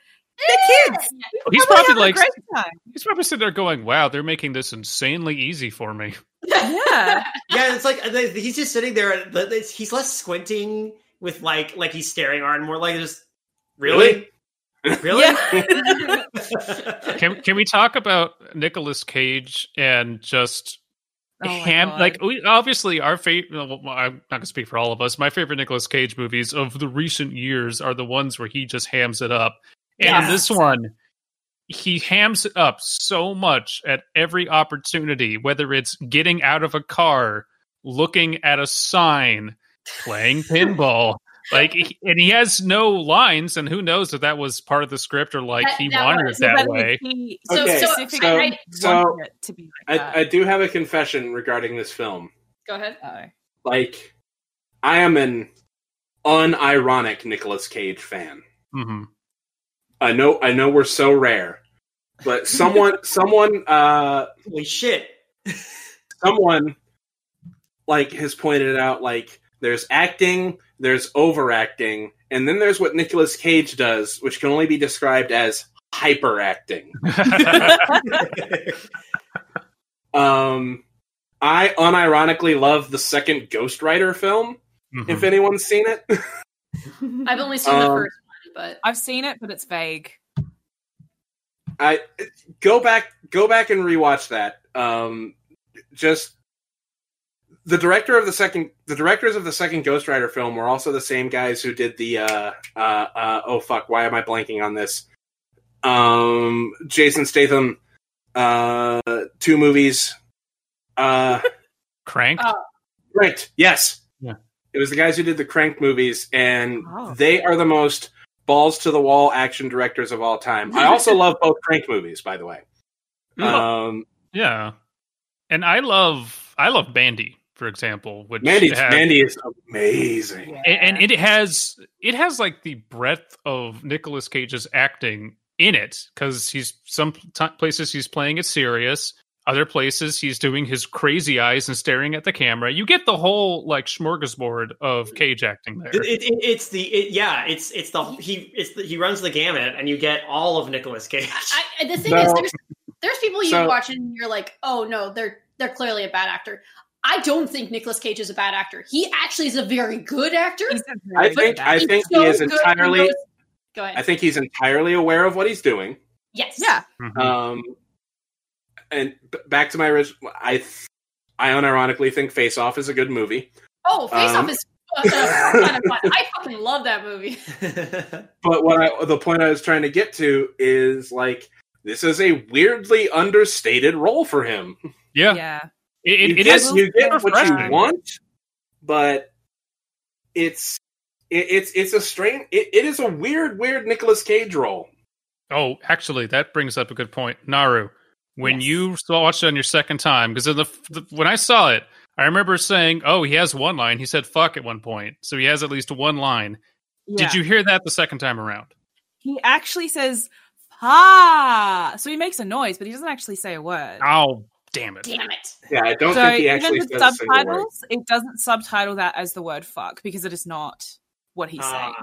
[SPEAKER 1] They're kids.
[SPEAKER 2] He's probably
[SPEAKER 1] having
[SPEAKER 2] like
[SPEAKER 1] a great time.
[SPEAKER 2] he's probably sitting there going, "Wow, they're making this insanely easy for me."
[SPEAKER 1] Yeah,
[SPEAKER 4] Yeah, it's like the- he's just sitting there. the- the- He's less squinting with like like he's staring hard, and more like just really, really.
[SPEAKER 1] yeah.
[SPEAKER 2] Can can we talk about Nicolas Cage and just
[SPEAKER 1] Oh my
[SPEAKER 2] ham
[SPEAKER 1] God.
[SPEAKER 2] like we obviously our favorite well, i'm not gonna speak for all of us my favorite Nicolas cage movies of the recent years are the ones where he just hams it up and in this
[SPEAKER 1] Yes.
[SPEAKER 2] one he hams it up so much at every opportunity whether it's getting out of a car looking at a sign playing pinball like he- and he has no lines and who knows if that was part of the script or like
[SPEAKER 3] That-
[SPEAKER 2] he
[SPEAKER 3] that
[SPEAKER 2] wanted
[SPEAKER 3] was-
[SPEAKER 2] it that
[SPEAKER 1] But
[SPEAKER 2] way
[SPEAKER 1] he
[SPEAKER 3] So-
[SPEAKER 5] Okay,
[SPEAKER 3] so,
[SPEAKER 1] specifically
[SPEAKER 5] so-
[SPEAKER 1] wanted
[SPEAKER 3] I,
[SPEAKER 5] so-
[SPEAKER 1] it to be like that.
[SPEAKER 5] I, I do have a confession regarding this film.
[SPEAKER 3] go ahead.
[SPEAKER 1] Oh.
[SPEAKER 5] Like, I am an unironic Nicolas Cage fan.
[SPEAKER 2] Mhm.
[SPEAKER 5] I know, I know, we're so rare, but someone, someone, uh,
[SPEAKER 4] Holy shit!
[SPEAKER 5] someone, like has pointed out, like there's acting, there's overacting, and then there's what Nicolas Cage does, which can only be described as hyperacting. Um, I unironically love the second Ghost Rider film. If
[SPEAKER 2] Mhm.
[SPEAKER 5] anyone's seen it.
[SPEAKER 3] I've only seen the
[SPEAKER 5] Um,
[SPEAKER 3] first one, but
[SPEAKER 1] I've seen it, but it's vague.
[SPEAKER 5] I go back go back and rewatch that. Um just the director of the second the directors of the second Ghost Rider film were also the same guys who did the uh uh, uh oh fuck, why am I blanking on this? Um Jason Statham uh two movies uh
[SPEAKER 2] crank
[SPEAKER 5] Right. Yes.
[SPEAKER 2] Yeah.
[SPEAKER 5] It was the guys who did the Crank movies, and
[SPEAKER 1] Oh.
[SPEAKER 5] they are the most balls to the wall action directors of all time. I also love both Crank movies, by the way. Um,
[SPEAKER 2] Yeah, and I love I love Bandy, for example, which
[SPEAKER 5] Mandy,
[SPEAKER 2] has-
[SPEAKER 5] Mandy is amazing.
[SPEAKER 1] Yeah.
[SPEAKER 2] and, and it has it has like the breadth of Nicolas Cage's acting in it because he's some t- places he's playing it serious, other places he's doing his crazy eyes and staring at the camera. You get the whole like smorgasbord of Cage acting there.
[SPEAKER 4] It, it, it- it's the it, yeah, it's it's the he it's the, he runs the gamut, and you get all of Nicolas Cage.
[SPEAKER 3] I, I- the thing
[SPEAKER 5] No.
[SPEAKER 3] is, there's, there's people you
[SPEAKER 5] So-
[SPEAKER 3] watch and you're like, oh no, they're they're clearly a bad actor. I don't think Nicolas Cage is a bad actor. He actually is a very good actor.
[SPEAKER 1] He's a very
[SPEAKER 5] I
[SPEAKER 1] good
[SPEAKER 5] think
[SPEAKER 1] actor.
[SPEAKER 5] I
[SPEAKER 3] He's
[SPEAKER 5] think
[SPEAKER 3] so
[SPEAKER 5] he is
[SPEAKER 3] good, he
[SPEAKER 5] entirely.
[SPEAKER 3] knows- Go ahead.
[SPEAKER 5] I think he's entirely aware of what he's doing.
[SPEAKER 3] yes.
[SPEAKER 1] yeah.
[SPEAKER 2] Mhm.
[SPEAKER 5] Um, and b- back to my original, I th- I unironically think Face Off is a good movie,
[SPEAKER 3] Oh, Face
[SPEAKER 5] Um,
[SPEAKER 3] Off is uh, uh, kind of fun. I fucking love that movie.
[SPEAKER 5] but what I the point I was trying to get to is like this is a weirdly understated role for him.
[SPEAKER 2] yeah, It,
[SPEAKER 5] you
[SPEAKER 2] it, it
[SPEAKER 5] get,
[SPEAKER 2] is.
[SPEAKER 5] you get
[SPEAKER 1] it's
[SPEAKER 5] what you
[SPEAKER 1] refreshing.
[SPEAKER 5] want, but it's it, it's it's a strange. It, it is a weird, weird Nicolas Cage role.
[SPEAKER 2] Oh, actually, that brings up a good point, Naru. When
[SPEAKER 1] Yes.
[SPEAKER 2] you saw- watched it on your second time, because the, the when I saw it, I remember saying, "Oh, he has one line." He said "fuck" at one point, so he has at least one line.
[SPEAKER 1] Yeah.
[SPEAKER 2] Did you hear that the second time around?
[SPEAKER 1] He actually says "ha," so he makes a noise, but he doesn't actually say a word.
[SPEAKER 2] Oh, damn it!
[SPEAKER 3] Damn it.
[SPEAKER 5] Yeah, I don't
[SPEAKER 1] so
[SPEAKER 5] think he
[SPEAKER 1] even
[SPEAKER 5] actually
[SPEAKER 1] with
[SPEAKER 5] says a single word. Ah.
[SPEAKER 1] subtitles, it doesn't subtitle that as the word "fuck" because it is not what he's
[SPEAKER 4] Uh,
[SPEAKER 1] saying.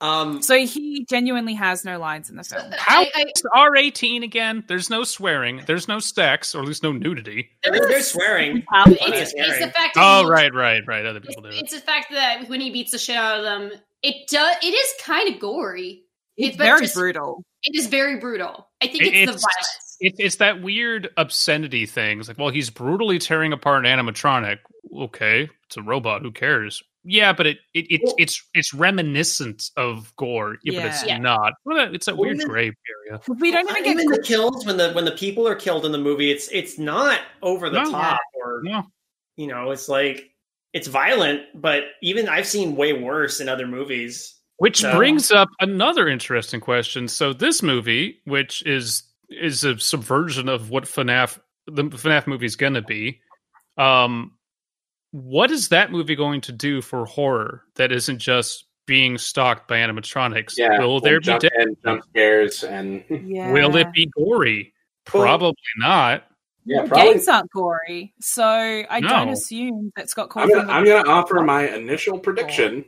[SPEAKER 4] Um,
[SPEAKER 1] So he genuinely has no lines in the film.
[SPEAKER 2] How
[SPEAKER 3] I, I,
[SPEAKER 2] R eighteen again. There's no swearing. There's no sex, or at least no nudity.
[SPEAKER 4] there- there's swearing.
[SPEAKER 1] Um,
[SPEAKER 3] it's,
[SPEAKER 4] Funny as
[SPEAKER 3] it's the
[SPEAKER 4] Harry.
[SPEAKER 3] fact. that
[SPEAKER 2] Oh
[SPEAKER 3] he-
[SPEAKER 2] right, right, right. Other people do
[SPEAKER 3] It's,
[SPEAKER 2] it.
[SPEAKER 3] it's the fact that when he beats the shit out of them, it does. It is kind of gory.
[SPEAKER 1] It's
[SPEAKER 3] It- but
[SPEAKER 1] very
[SPEAKER 3] just-
[SPEAKER 1] brutal.
[SPEAKER 3] It is very brutal. I think
[SPEAKER 2] It-
[SPEAKER 3] it's, the
[SPEAKER 2] it's-
[SPEAKER 3] violence.
[SPEAKER 2] It, it's that weird obscenity thing. It's like, well, he's brutally tearing apart an animatronic. Okay, it's a robot. Who cares? Yeah, but it, it, it it's it's reminiscent of gore, yeah, but it's
[SPEAKER 3] Yeah. Yeah.
[SPEAKER 2] not. Well, It's a weird
[SPEAKER 4] Women-
[SPEAKER 2] gray area.
[SPEAKER 1] We don't even get
[SPEAKER 4] Uh, even the kills when the when the people are killed in the movie, it's it's not over the
[SPEAKER 2] No.
[SPEAKER 4] top or
[SPEAKER 2] No.
[SPEAKER 4] you know, it's like it's violent, but even I've seen way worse in other movies.
[SPEAKER 2] Which
[SPEAKER 4] No.
[SPEAKER 2] brings up another interesting question. So this movie, which is is a subversion of what FNAF the FNAF movie is going to be, um, what is that movie going to do for horror that isn't just being stalked by animatronics?
[SPEAKER 5] Yeah,
[SPEAKER 2] Will there be
[SPEAKER 5] jump,
[SPEAKER 2] death?
[SPEAKER 5] and jump scares and
[SPEAKER 1] Yeah.
[SPEAKER 2] Will it be gory? Probably not.
[SPEAKER 5] yeah, probably.
[SPEAKER 1] Games aren't gory, so I don't
[SPEAKER 2] No.
[SPEAKER 1] assume that Scott
[SPEAKER 5] I'm
[SPEAKER 1] Cawthon.
[SPEAKER 5] gonna, I'm gonna offer my initial prediction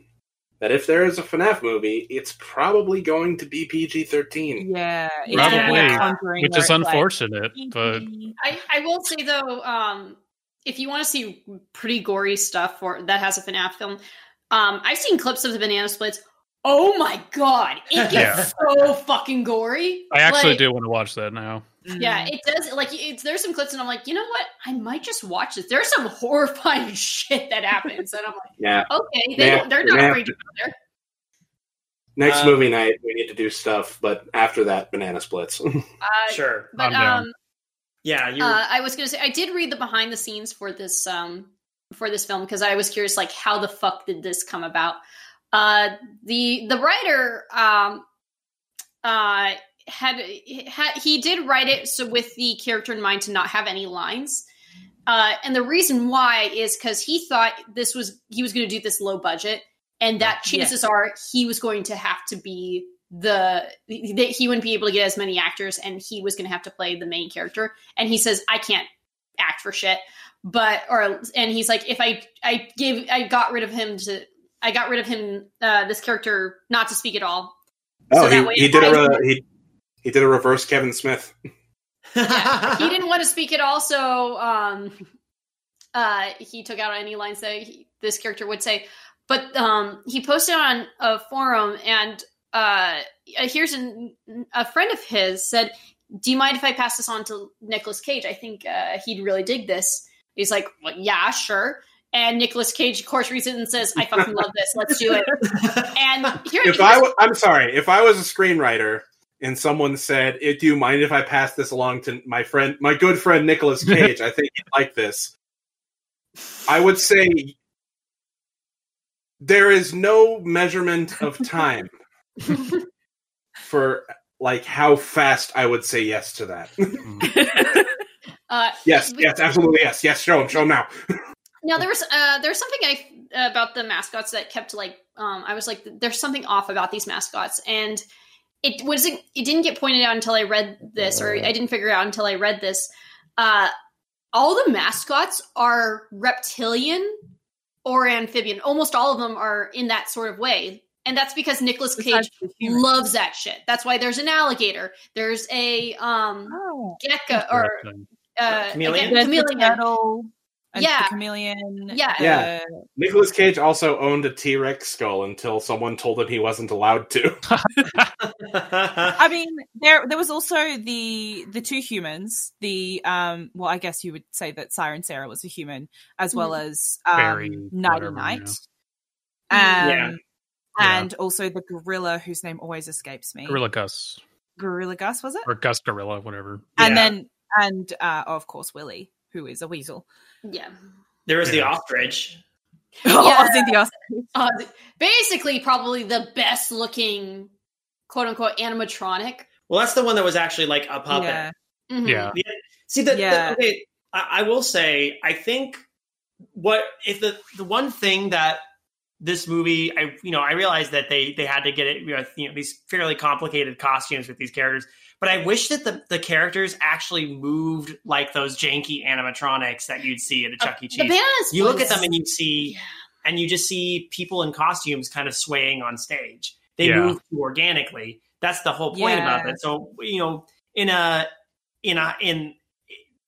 [SPEAKER 5] that if there is a FNAF movie, it's probably going to be PG-13.
[SPEAKER 1] yeah, it's
[SPEAKER 2] Probably,
[SPEAKER 1] gonna be Conjuring
[SPEAKER 2] Which
[SPEAKER 1] where it's
[SPEAKER 2] is
[SPEAKER 1] like, Mm.
[SPEAKER 2] unfortunate, but
[SPEAKER 3] I, I will say though, um, if you want to see pretty gory stuff for that has a FNAF film, um, I've seen clips of the banana splits. Oh my god, it gets
[SPEAKER 2] Yeah.
[SPEAKER 3] so fucking gory.
[SPEAKER 2] I actually
[SPEAKER 3] Like,
[SPEAKER 2] do want to watch that now.
[SPEAKER 3] Yeah, it does. Like, it's, there's some clips, and I'm like, you know what? I might just watch this. There's some horrifying shit that happens, and I'm like,
[SPEAKER 5] Yeah.
[SPEAKER 3] okay, they
[SPEAKER 5] Yeah,
[SPEAKER 3] don't, they're not
[SPEAKER 5] yeah.
[SPEAKER 3] afraid.
[SPEAKER 5] Next
[SPEAKER 4] Um,
[SPEAKER 5] movie night, we need to do stuff, but after that, banana splits.
[SPEAKER 3] Uh,
[SPEAKER 4] Sure.
[SPEAKER 2] Calm
[SPEAKER 3] But
[SPEAKER 2] down.
[SPEAKER 3] um,
[SPEAKER 4] Yeah, you
[SPEAKER 3] uh, I was gonna say I did read the behind the scenes for this um for this film because I was curious, like, how the fuck did this come about? Uh, the the writer um uh had, had he did write it so with the character in mind to not have any lines. Uh, and the reason why is because he thought this was he was going to do this low budget, and that
[SPEAKER 1] Yeah.
[SPEAKER 3] chances are he was going to have to be the that he wouldn't be able to get as many actors, and he was going to have to play the main character. And he says, "I can't act for shit," but or and he's like, "If I I gave I got rid of him to I got rid of him uh, this character not to speak at all."
[SPEAKER 5] oh,
[SPEAKER 3] So that way
[SPEAKER 5] he, he did a
[SPEAKER 3] I-
[SPEAKER 5] re- he, he did a reverse Kevin Smith.
[SPEAKER 3] he didn't want to speak at all, so um, uh, he took out any lines that he, this character would say. But um, he posted on a forum, and uh, here's an, a friend of his said, "Do you mind if I pass this on to Nicolas Cage? I think uh, he'd really dig this." He's like, well, "Yeah, sure." And Nicolas Cage, of course, reads it and says, "I fucking love this. Let's do it." And here,
[SPEAKER 5] If I, w- I'm sorry, if I was a screenwriter and someone said, "Eh, "Do you mind if I pass this along to my friend, my good friend Nicholas Cage?" I think he'd like this. I would say there is no measurement of time for like how fast I would say yes to that.
[SPEAKER 2] Mm-hmm.
[SPEAKER 3] uh,
[SPEAKER 5] yes, yes, absolutely, yes, yes. Show him, show him now.
[SPEAKER 3] Now there was uh, there's something I about the mascots that kept like um, I was like there's something off about these mascots and it wasn't it didn't get pointed out until I read this or I didn't figure it out until I read this. Uh, all the mascots are reptilian or amphibian. Almost all of them are in that sort of way, and that's because Nicolas Cage
[SPEAKER 1] besides the human.
[SPEAKER 3] loves that shit. That's why there's an alligator, there's a um,
[SPEAKER 1] Oh.
[SPEAKER 3] gecko or uh,
[SPEAKER 4] Chameleon?
[SPEAKER 3] again,
[SPEAKER 1] There's the
[SPEAKER 3] chameleon.
[SPEAKER 1] turtle and the
[SPEAKER 3] Yeah.
[SPEAKER 1] chameleon.
[SPEAKER 3] Yeah.
[SPEAKER 5] Yeah.
[SPEAKER 1] uh,
[SPEAKER 5] Nicholas Cage also owned a T Rex skull until someone told him he wasn't allowed to.
[SPEAKER 1] I mean, there there was also the the two humans. The um, well, I guess you would say that Siren Sarah was a human, as well as
[SPEAKER 2] Mm-hmm. Fairy,
[SPEAKER 1] um, Nighty
[SPEAKER 2] whatever, Mm-hmm.
[SPEAKER 1] Night.
[SPEAKER 3] yeah.
[SPEAKER 1] Um,
[SPEAKER 4] Yeah.
[SPEAKER 2] Yeah.
[SPEAKER 1] And also the gorilla, whose name always escapes me.
[SPEAKER 2] Gorilla Gus
[SPEAKER 1] Gorilla Gus, was it?
[SPEAKER 2] or Gus Gorilla, whatever.
[SPEAKER 4] Yeah.
[SPEAKER 1] And then, and uh, of course, Willy, who is a weasel.
[SPEAKER 3] yeah.
[SPEAKER 4] there was the
[SPEAKER 2] Yeah.
[SPEAKER 4] ostrich.
[SPEAKER 1] Oh, I think the os-
[SPEAKER 3] uh, basically probably the best looking quote unquote animatronic.
[SPEAKER 4] Well, that's the one that was actually like a puppet.
[SPEAKER 1] Yeah.
[SPEAKER 3] Mhm.
[SPEAKER 2] Yeah.
[SPEAKER 4] See that?
[SPEAKER 1] Yeah.
[SPEAKER 4] okay, I, I will say, I think what if the the one thing that this movie, I you know, I realized that they they had to get it, you know, you know these fairly complicated costumes with these characters, but I wish that the the characters actually moved like those janky animatronics that you'd see at a Chuck E.
[SPEAKER 3] The
[SPEAKER 4] Cheese.
[SPEAKER 3] bananas
[SPEAKER 4] You look at
[SPEAKER 3] place.
[SPEAKER 4] them and you see,
[SPEAKER 3] Yeah.
[SPEAKER 4] and you just see people in costumes kind of swaying on stage. They
[SPEAKER 2] Yeah.
[SPEAKER 4] move too organically. That's the whole point about
[SPEAKER 1] Yeah.
[SPEAKER 4] it. So you know, in a in a in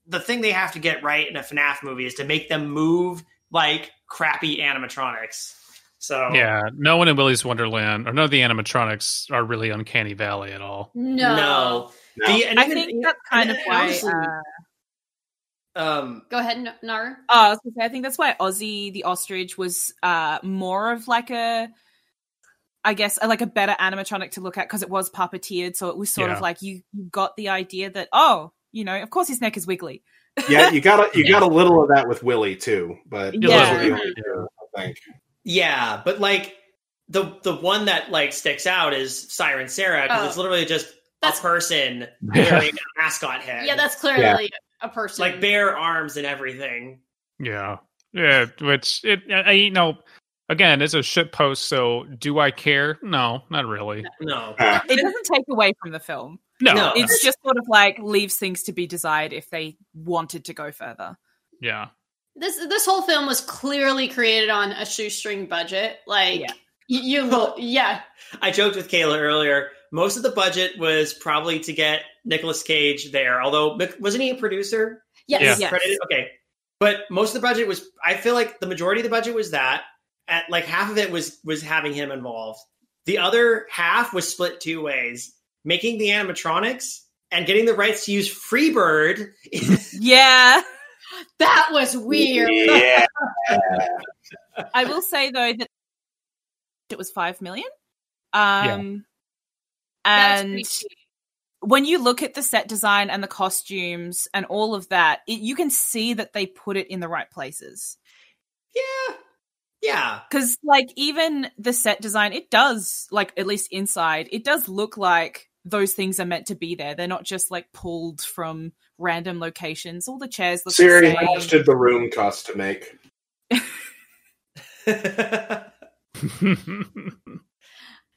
[SPEAKER 4] the thing they have to get right in a FNAF movie is to make them move like crappy animatronics. So
[SPEAKER 2] Yeah, no one in Willy's Wonderland or none of the animatronics are really Uncanny Valley at all.
[SPEAKER 3] No.
[SPEAKER 4] no.
[SPEAKER 5] No.
[SPEAKER 4] The- and
[SPEAKER 1] I
[SPEAKER 4] even-
[SPEAKER 1] think that's kind of
[SPEAKER 4] and
[SPEAKER 1] why.
[SPEAKER 4] honestly,
[SPEAKER 1] uh,
[SPEAKER 4] um,
[SPEAKER 3] Go ahead, N- Naru.
[SPEAKER 1] Oh, I was gonna say, I think that's why Ozzy the ostrich was uh, more of like a, I guess, a, like a better animatronic to look at because it was puppeteered. So it was sort
[SPEAKER 2] Yeah.
[SPEAKER 1] of like you, you got the idea that oh, you know, of course his neck is wiggly.
[SPEAKER 5] yeah, you got a, you got a little of that with Willie too, but
[SPEAKER 1] Yeah.
[SPEAKER 5] those are the only
[SPEAKER 2] Yeah.
[SPEAKER 5] two, I think.
[SPEAKER 4] Yeah, but like the the one that like sticks out is Siren Sarah because
[SPEAKER 3] Oh.
[SPEAKER 4] it's literally just
[SPEAKER 3] That's-
[SPEAKER 4] a person
[SPEAKER 2] Yeah.
[SPEAKER 4] wearing a mascot head.
[SPEAKER 3] Yeah, that's clearly a person.
[SPEAKER 4] like bare arms and everything.
[SPEAKER 2] Yeah, yeah. Which it, I, I- you know, again, it's a shit post. So do I care? No, not really.
[SPEAKER 4] No,
[SPEAKER 5] Uh,
[SPEAKER 1] It doesn't take away from the film.
[SPEAKER 2] No.
[SPEAKER 3] Oh.
[SPEAKER 4] No.
[SPEAKER 1] It's just sort of like leaves things to be desired if they wanted to go further.
[SPEAKER 2] Yeah.
[SPEAKER 3] this this whole film was clearly created on a shoestring budget. Like
[SPEAKER 1] Yeah.
[SPEAKER 3] you, you look, yeah,
[SPEAKER 4] I joked with Kayla earlier. Most of the budget was probably to get Nicolas Cage there, although Nic- wasn't he a producer?
[SPEAKER 3] yes,
[SPEAKER 2] Yeah.
[SPEAKER 1] Yes.
[SPEAKER 4] Credited? Okay, but most of the budget was. I feel like the majority of the budget was that. At like half of it was was having him involved. The other half was split two ways: making the animatronics and getting the rights to use Freebird.
[SPEAKER 1] Yeah.
[SPEAKER 3] that was weird.
[SPEAKER 5] Yeah,
[SPEAKER 1] I will say though that it was five million. Um
[SPEAKER 3] That's
[SPEAKER 1] and
[SPEAKER 3] pretty cheap.
[SPEAKER 1] when you look at the set design and the costumes and all of that, it, you can see that they put it in the right places.
[SPEAKER 4] Yeah, yeah.
[SPEAKER 1] Because, like, even the set design, it does, like, at least inside, it does look like those things are meant to be there. They're not just like pulled from random locations. All the chairs look
[SPEAKER 5] Siri, how
[SPEAKER 1] the
[SPEAKER 5] much
[SPEAKER 1] same.
[SPEAKER 5] did the room cost to make?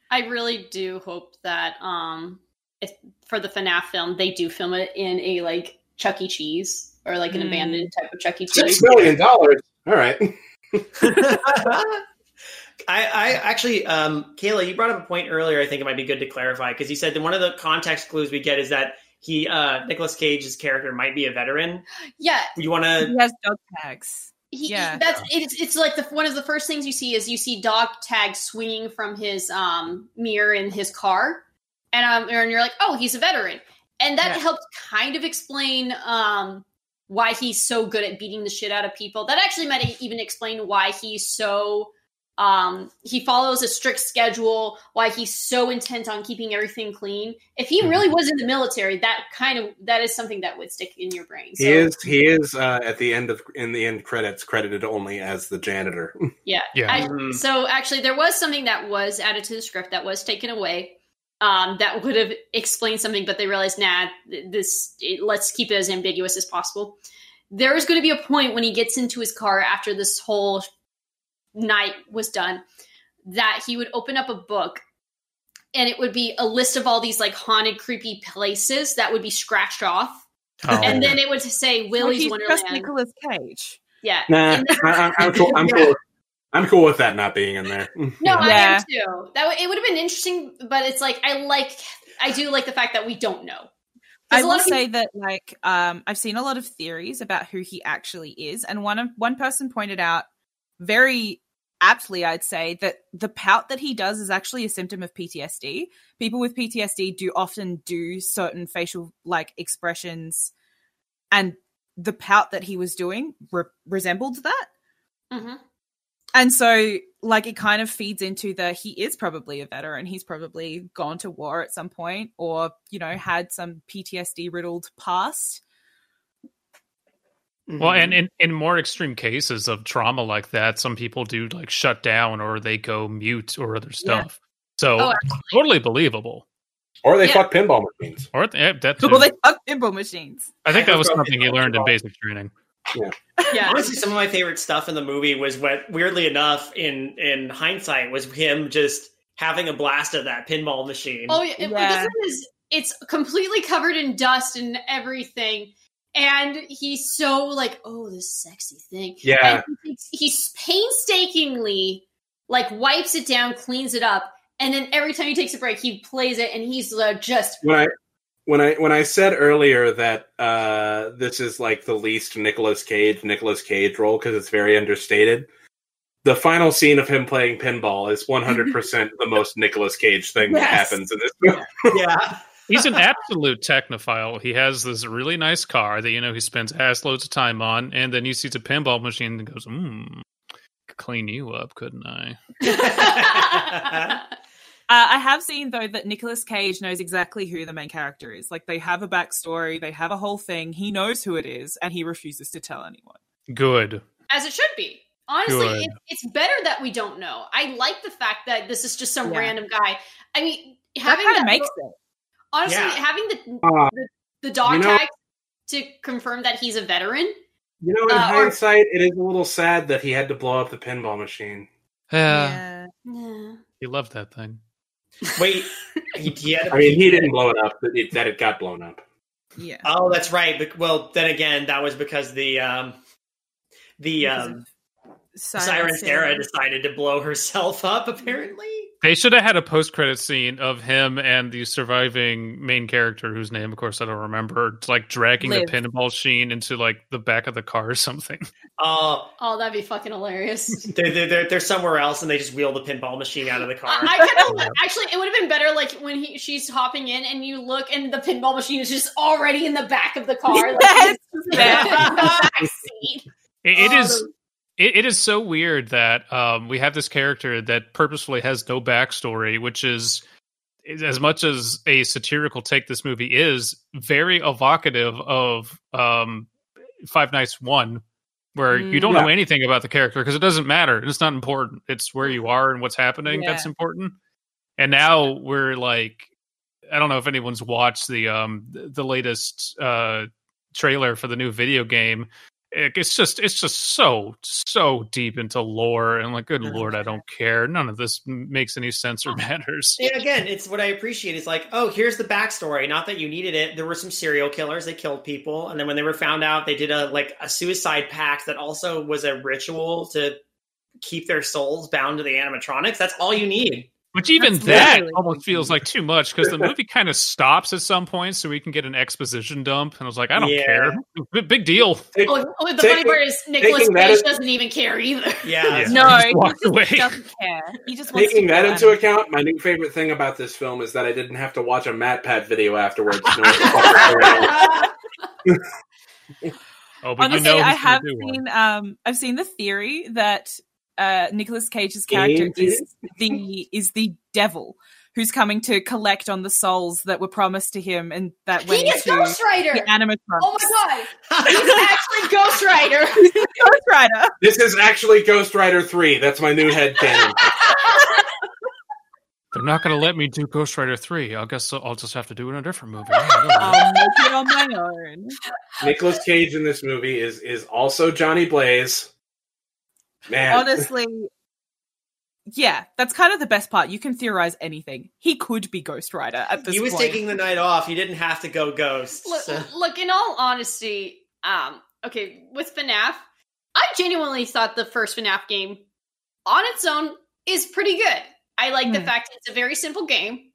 [SPEAKER 3] I really do hope that um if, for the FNAF film they do film it in a like Chuck E. Cheese or like an
[SPEAKER 1] Mm.
[SPEAKER 3] abandoned type of Chuck E.
[SPEAKER 5] Six
[SPEAKER 3] Cheese.
[SPEAKER 5] million dollars. All right.
[SPEAKER 4] I, I actually, um, Kayla, you brought up a point earlier. I think it might be good to clarify because you said that one of the context clues we get is that he, uh, Nicholas Cage's character, might be a veteran.
[SPEAKER 3] Yeah,
[SPEAKER 4] You want to?
[SPEAKER 1] He has dog tags.
[SPEAKER 3] he,
[SPEAKER 1] Yeah.
[SPEAKER 3] he- that's it's it's like the one of the first things you see is you see dog tag swinging from his um mirror in his car, and um and you're like, oh, he's a veteran, and that
[SPEAKER 1] Yeah.
[SPEAKER 3] helps kind of explain um why he's so good at beating the shit out of people. That actually might even explain why he's so um he follows a strict schedule why he's so intent on keeping everything clean if he really was in the military that kind of that is something that would stick in your brain so
[SPEAKER 5] He is he is uh, at the end of in the end credits credited only as the janitor.
[SPEAKER 2] yeah.
[SPEAKER 3] I-
[SPEAKER 4] Mhm.
[SPEAKER 3] So actually, there was something that was added to the script that was taken away. Um, that would have explained something, but they realized, nah, th- this it, let's keep it as ambiguous as possible. There is going to be a point when he gets into his car after this whole night was done that he would open up a book and it would be a list of all these like haunted, creepy places that would be scratched off,
[SPEAKER 2] Oh.
[SPEAKER 3] and then it would say
[SPEAKER 1] Like,
[SPEAKER 3] Willie's
[SPEAKER 1] he's
[SPEAKER 3] Wonderland.
[SPEAKER 1] just Nicolas Cage.
[SPEAKER 3] yeah,
[SPEAKER 5] Nah, I, I, am cool. I'm cool. I'm cool with that not being in there.
[SPEAKER 3] No, I
[SPEAKER 1] Yeah.
[SPEAKER 3] am too. That w- it would have been interesting, but it's like I like I do like the fact that we don't know. 'Cause
[SPEAKER 1] I
[SPEAKER 3] a
[SPEAKER 1] will
[SPEAKER 3] lot of
[SPEAKER 1] say that, like, um, I've seen a lot of theories about who he actually is, and one of one person pointed out very aptly, I'd say, that the pout that he does is actually a symptom of PTSD. People with PTSD do often do certain facial like expressions, and the pout that he was doing re- resembled that,
[SPEAKER 3] people, Mhm.
[SPEAKER 1] and so like it kind of feeds into the he is probably a veteran. He's probably gone to war at some point, or you know had some PTSD riddled past.
[SPEAKER 5] Mm-hmm.
[SPEAKER 2] Well, and in, in more extreme cases of trauma like that, some people do like shut down or they go mute or other stuff. So
[SPEAKER 3] Oh,
[SPEAKER 2] totally believable.
[SPEAKER 5] Or they
[SPEAKER 3] Yeah.
[SPEAKER 5] fuck pinball machines.
[SPEAKER 2] Or th- yeah, that
[SPEAKER 1] Well,
[SPEAKER 2] too.
[SPEAKER 1] they fuck pinball machines.
[SPEAKER 2] I think that was
[SPEAKER 4] Probably
[SPEAKER 2] something he learned in
[SPEAKER 4] probably.
[SPEAKER 2] basic training.
[SPEAKER 3] yeah.
[SPEAKER 1] Uh,
[SPEAKER 4] honestly, some of my favorite stuff in the movie was what, weirdly enough, in in hindsight, was him just having a blast at that pinball machine.
[SPEAKER 3] Oh yeah. it- but
[SPEAKER 1] Yeah.
[SPEAKER 3] This one is it's completely covered in dust and everything, and he's so like, oh, this sexy thing.
[SPEAKER 5] Yeah.
[SPEAKER 3] And he, takes- he painstakingly like wipes it down, cleans it up, and then every time he takes a break, he plays it, and he's uh, just
[SPEAKER 5] when I when I when I said earlier that uh, this is like the least Nicolas Cage Nicolas Cage role because it's very understated. The final scene of him playing pinball is 100% the most Nicolas Cage thing that
[SPEAKER 3] Yes.
[SPEAKER 5] happens in this movie.
[SPEAKER 4] yeah.
[SPEAKER 2] He's an absolute technophile. He has this really nice car that you know he spends ass loads of time on, and then he sees a pinball machine and goes, "Hmm, could clean you up, couldn't I?"
[SPEAKER 1] Uh, I have seen though that Nicolas Cage knows exactly who the main character is. Like they have a backstory, they have a whole thing. He knows who it is, and he refuses to tell anyone.
[SPEAKER 2] Good.
[SPEAKER 3] as it should be. Honestly,
[SPEAKER 2] Good.
[SPEAKER 3] it, it's better that we don't know. I like the fact that this is just some
[SPEAKER 1] Yeah.
[SPEAKER 3] random guy. I mean,
[SPEAKER 1] That
[SPEAKER 3] having
[SPEAKER 1] kind
[SPEAKER 3] that
[SPEAKER 1] of makes it.
[SPEAKER 3] honestly
[SPEAKER 4] Yeah.
[SPEAKER 3] having the
[SPEAKER 5] Uh,
[SPEAKER 3] the dog
[SPEAKER 5] You know-
[SPEAKER 3] tag to confirm that he's a veteran.
[SPEAKER 5] you know, in
[SPEAKER 3] Uh, or-
[SPEAKER 5] hindsight, it is a little sad that he had to blow up the pinball machine.
[SPEAKER 2] Yeah,
[SPEAKER 3] Nah.
[SPEAKER 2] he loved that thing.
[SPEAKER 4] Wait. He, he had a-
[SPEAKER 5] I mean, he didn't blow it up, but it, that it got blown up.
[SPEAKER 1] Yeah.
[SPEAKER 4] Oh, that's right. But, well, then again, that was because the um, the
[SPEAKER 1] Because
[SPEAKER 4] um,
[SPEAKER 1] Siren
[SPEAKER 4] Siren Sarah decided to blow herself up. Apparently,
[SPEAKER 2] They should have had a post-credit scene of him and the surviving main character, whose name, of course, I don't remember, like dragging
[SPEAKER 1] Liv.
[SPEAKER 2] the pinball machine into like the back of the car or something.
[SPEAKER 4] oh,
[SPEAKER 3] Oh, that'd be fucking hilarious.
[SPEAKER 4] they're, they're, they're, they're somewhere else, and they just wheel the pinball machine out of the car.
[SPEAKER 3] I, I kinda, like- actually, it would have been better like when he, she's hopping in and you look and the pinball machine is just already in the back of the car. Like,
[SPEAKER 1] Yes,
[SPEAKER 3] it's
[SPEAKER 1] yes.
[SPEAKER 3] in the back seat.
[SPEAKER 2] It, it
[SPEAKER 3] Oh,
[SPEAKER 2] is it, it is so weird that um, we have this character that purposefully has no backstory, which is is- as much as a satirical take this movie is very evocative of um, Five Nights One, where you don't know
[SPEAKER 5] Yeah.
[SPEAKER 2] anything about the character because it doesn't matter. It's not important. It's where you are and what's happening
[SPEAKER 1] Yeah.
[SPEAKER 2] that's important. And now we're like, I don't know if anyone's watched the um th- the latest uh trailer for the new video game. It- It's just it's just so so deep into lore and like good
[SPEAKER 1] Uh-huh.
[SPEAKER 4] Mhm.
[SPEAKER 2] lord I don't care none of this m- makes any sense
[SPEAKER 1] Oh.
[SPEAKER 2] or matters.
[SPEAKER 4] And again, it's what I appreciate. It's like, oh, here's the backstory. Not that you needed it. There were some serial killers. They killed people, and then when they were found out, they did a like a suicide pact that also was a ritual to keep their souls bound to the animatronics. That's all you need.
[SPEAKER 2] Which even
[SPEAKER 1] That's
[SPEAKER 2] that
[SPEAKER 1] literally-
[SPEAKER 2] almost feels like too much because the movie kind of stops at some point so we can get an exposition dump and I was like I don't
[SPEAKER 4] Yeah.
[SPEAKER 2] care B- big deal.
[SPEAKER 3] Oh, oh, the funny
[SPEAKER 5] Taking-
[SPEAKER 3] part is Nicholas
[SPEAKER 5] taking that
[SPEAKER 3] Cage
[SPEAKER 5] as-
[SPEAKER 3] doesn't even care either.
[SPEAKER 4] Yeah.
[SPEAKER 2] Yeah.
[SPEAKER 1] No,
[SPEAKER 2] Just
[SPEAKER 1] he
[SPEAKER 2] walk
[SPEAKER 1] just
[SPEAKER 2] away.
[SPEAKER 1] doesn't care. He just wants
[SPEAKER 5] Taking
[SPEAKER 1] to
[SPEAKER 5] that
[SPEAKER 1] kill
[SPEAKER 5] into
[SPEAKER 1] him.
[SPEAKER 5] account, my new favorite thing about this film is that I didn't have to watch a MatPat video afterwards. to know what the fuck was going on.
[SPEAKER 2] Oh, but
[SPEAKER 1] Honestly,
[SPEAKER 2] you know
[SPEAKER 1] I
[SPEAKER 2] who's gonna
[SPEAKER 1] have
[SPEAKER 2] do one.
[SPEAKER 1] seen um I've seen the theory that uh Nicolas Cage's character
[SPEAKER 5] Indeed.
[SPEAKER 1] is the is the devil who's coming to collect on the souls that were promised to him and that went
[SPEAKER 3] He is
[SPEAKER 1] to
[SPEAKER 3] Ghost Rider.
[SPEAKER 1] the animatronics.
[SPEAKER 3] Oh my god, he's actually Ghost Rider.
[SPEAKER 1] Ghost Rider.
[SPEAKER 5] This is actually Ghost Rider 3. That's my new headcanon.
[SPEAKER 2] They're not going to let me do Ghost Rider 3. I guess I'll just have to do it in a different movie.
[SPEAKER 4] Um,
[SPEAKER 1] I'll make it on my own.
[SPEAKER 5] Nicholas Cage in this movie is is also Johnny Blaze. Man,
[SPEAKER 1] Honestly, yeah, that's kind of the best part. You can theorize anything. He could be Ghost Rider at this
[SPEAKER 4] he was
[SPEAKER 1] point.
[SPEAKER 4] taking the night off. He didn't have to go ghost.
[SPEAKER 3] look,
[SPEAKER 4] so-
[SPEAKER 3] look, in all honesty, um, okay, with FNAF, I genuinely thought the first FNAF game on its own is pretty good. I like the
[SPEAKER 1] Hmm.
[SPEAKER 3] fact it's a very simple game.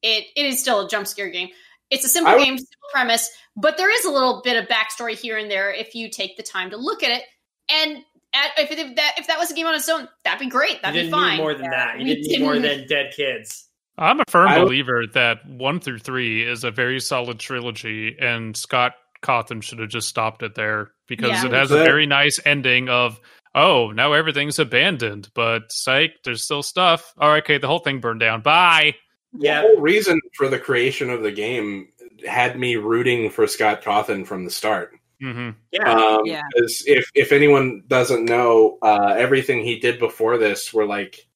[SPEAKER 3] It it is still a jump scare game. It's a simple
[SPEAKER 5] I would-
[SPEAKER 3] game, simple premise, but there is a little bit of backstory here and there if you take the time to look at it. And at, if, it, if that if that was a game on its own, that'd be great.
[SPEAKER 4] you
[SPEAKER 3] That'd
[SPEAKER 4] didn't
[SPEAKER 3] be fine.
[SPEAKER 4] need more than that. You
[SPEAKER 3] We
[SPEAKER 4] didn't need more
[SPEAKER 3] didn't.
[SPEAKER 4] than dead kids.
[SPEAKER 2] I'm a firm
[SPEAKER 5] I-
[SPEAKER 2] believer that 1 through 3 is a very solid trilogy, and Scott Cawthon should have just stopped it there because
[SPEAKER 3] Yeah.
[SPEAKER 2] it has a
[SPEAKER 5] That-
[SPEAKER 2] very nice ending of, oh, now everything's abandoned, but psych, there's still stuff. All right, okay, the whole thing burned down. Bye.
[SPEAKER 5] the
[SPEAKER 4] Yeah.
[SPEAKER 5] whole reason for the creation of the game had me rooting for Scott Cawthon from the start.
[SPEAKER 2] hmm
[SPEAKER 4] Yeah.
[SPEAKER 5] Um,
[SPEAKER 1] Yeah.
[SPEAKER 5] 'cause if if anyone doesn't know, uh, everything he did before this were like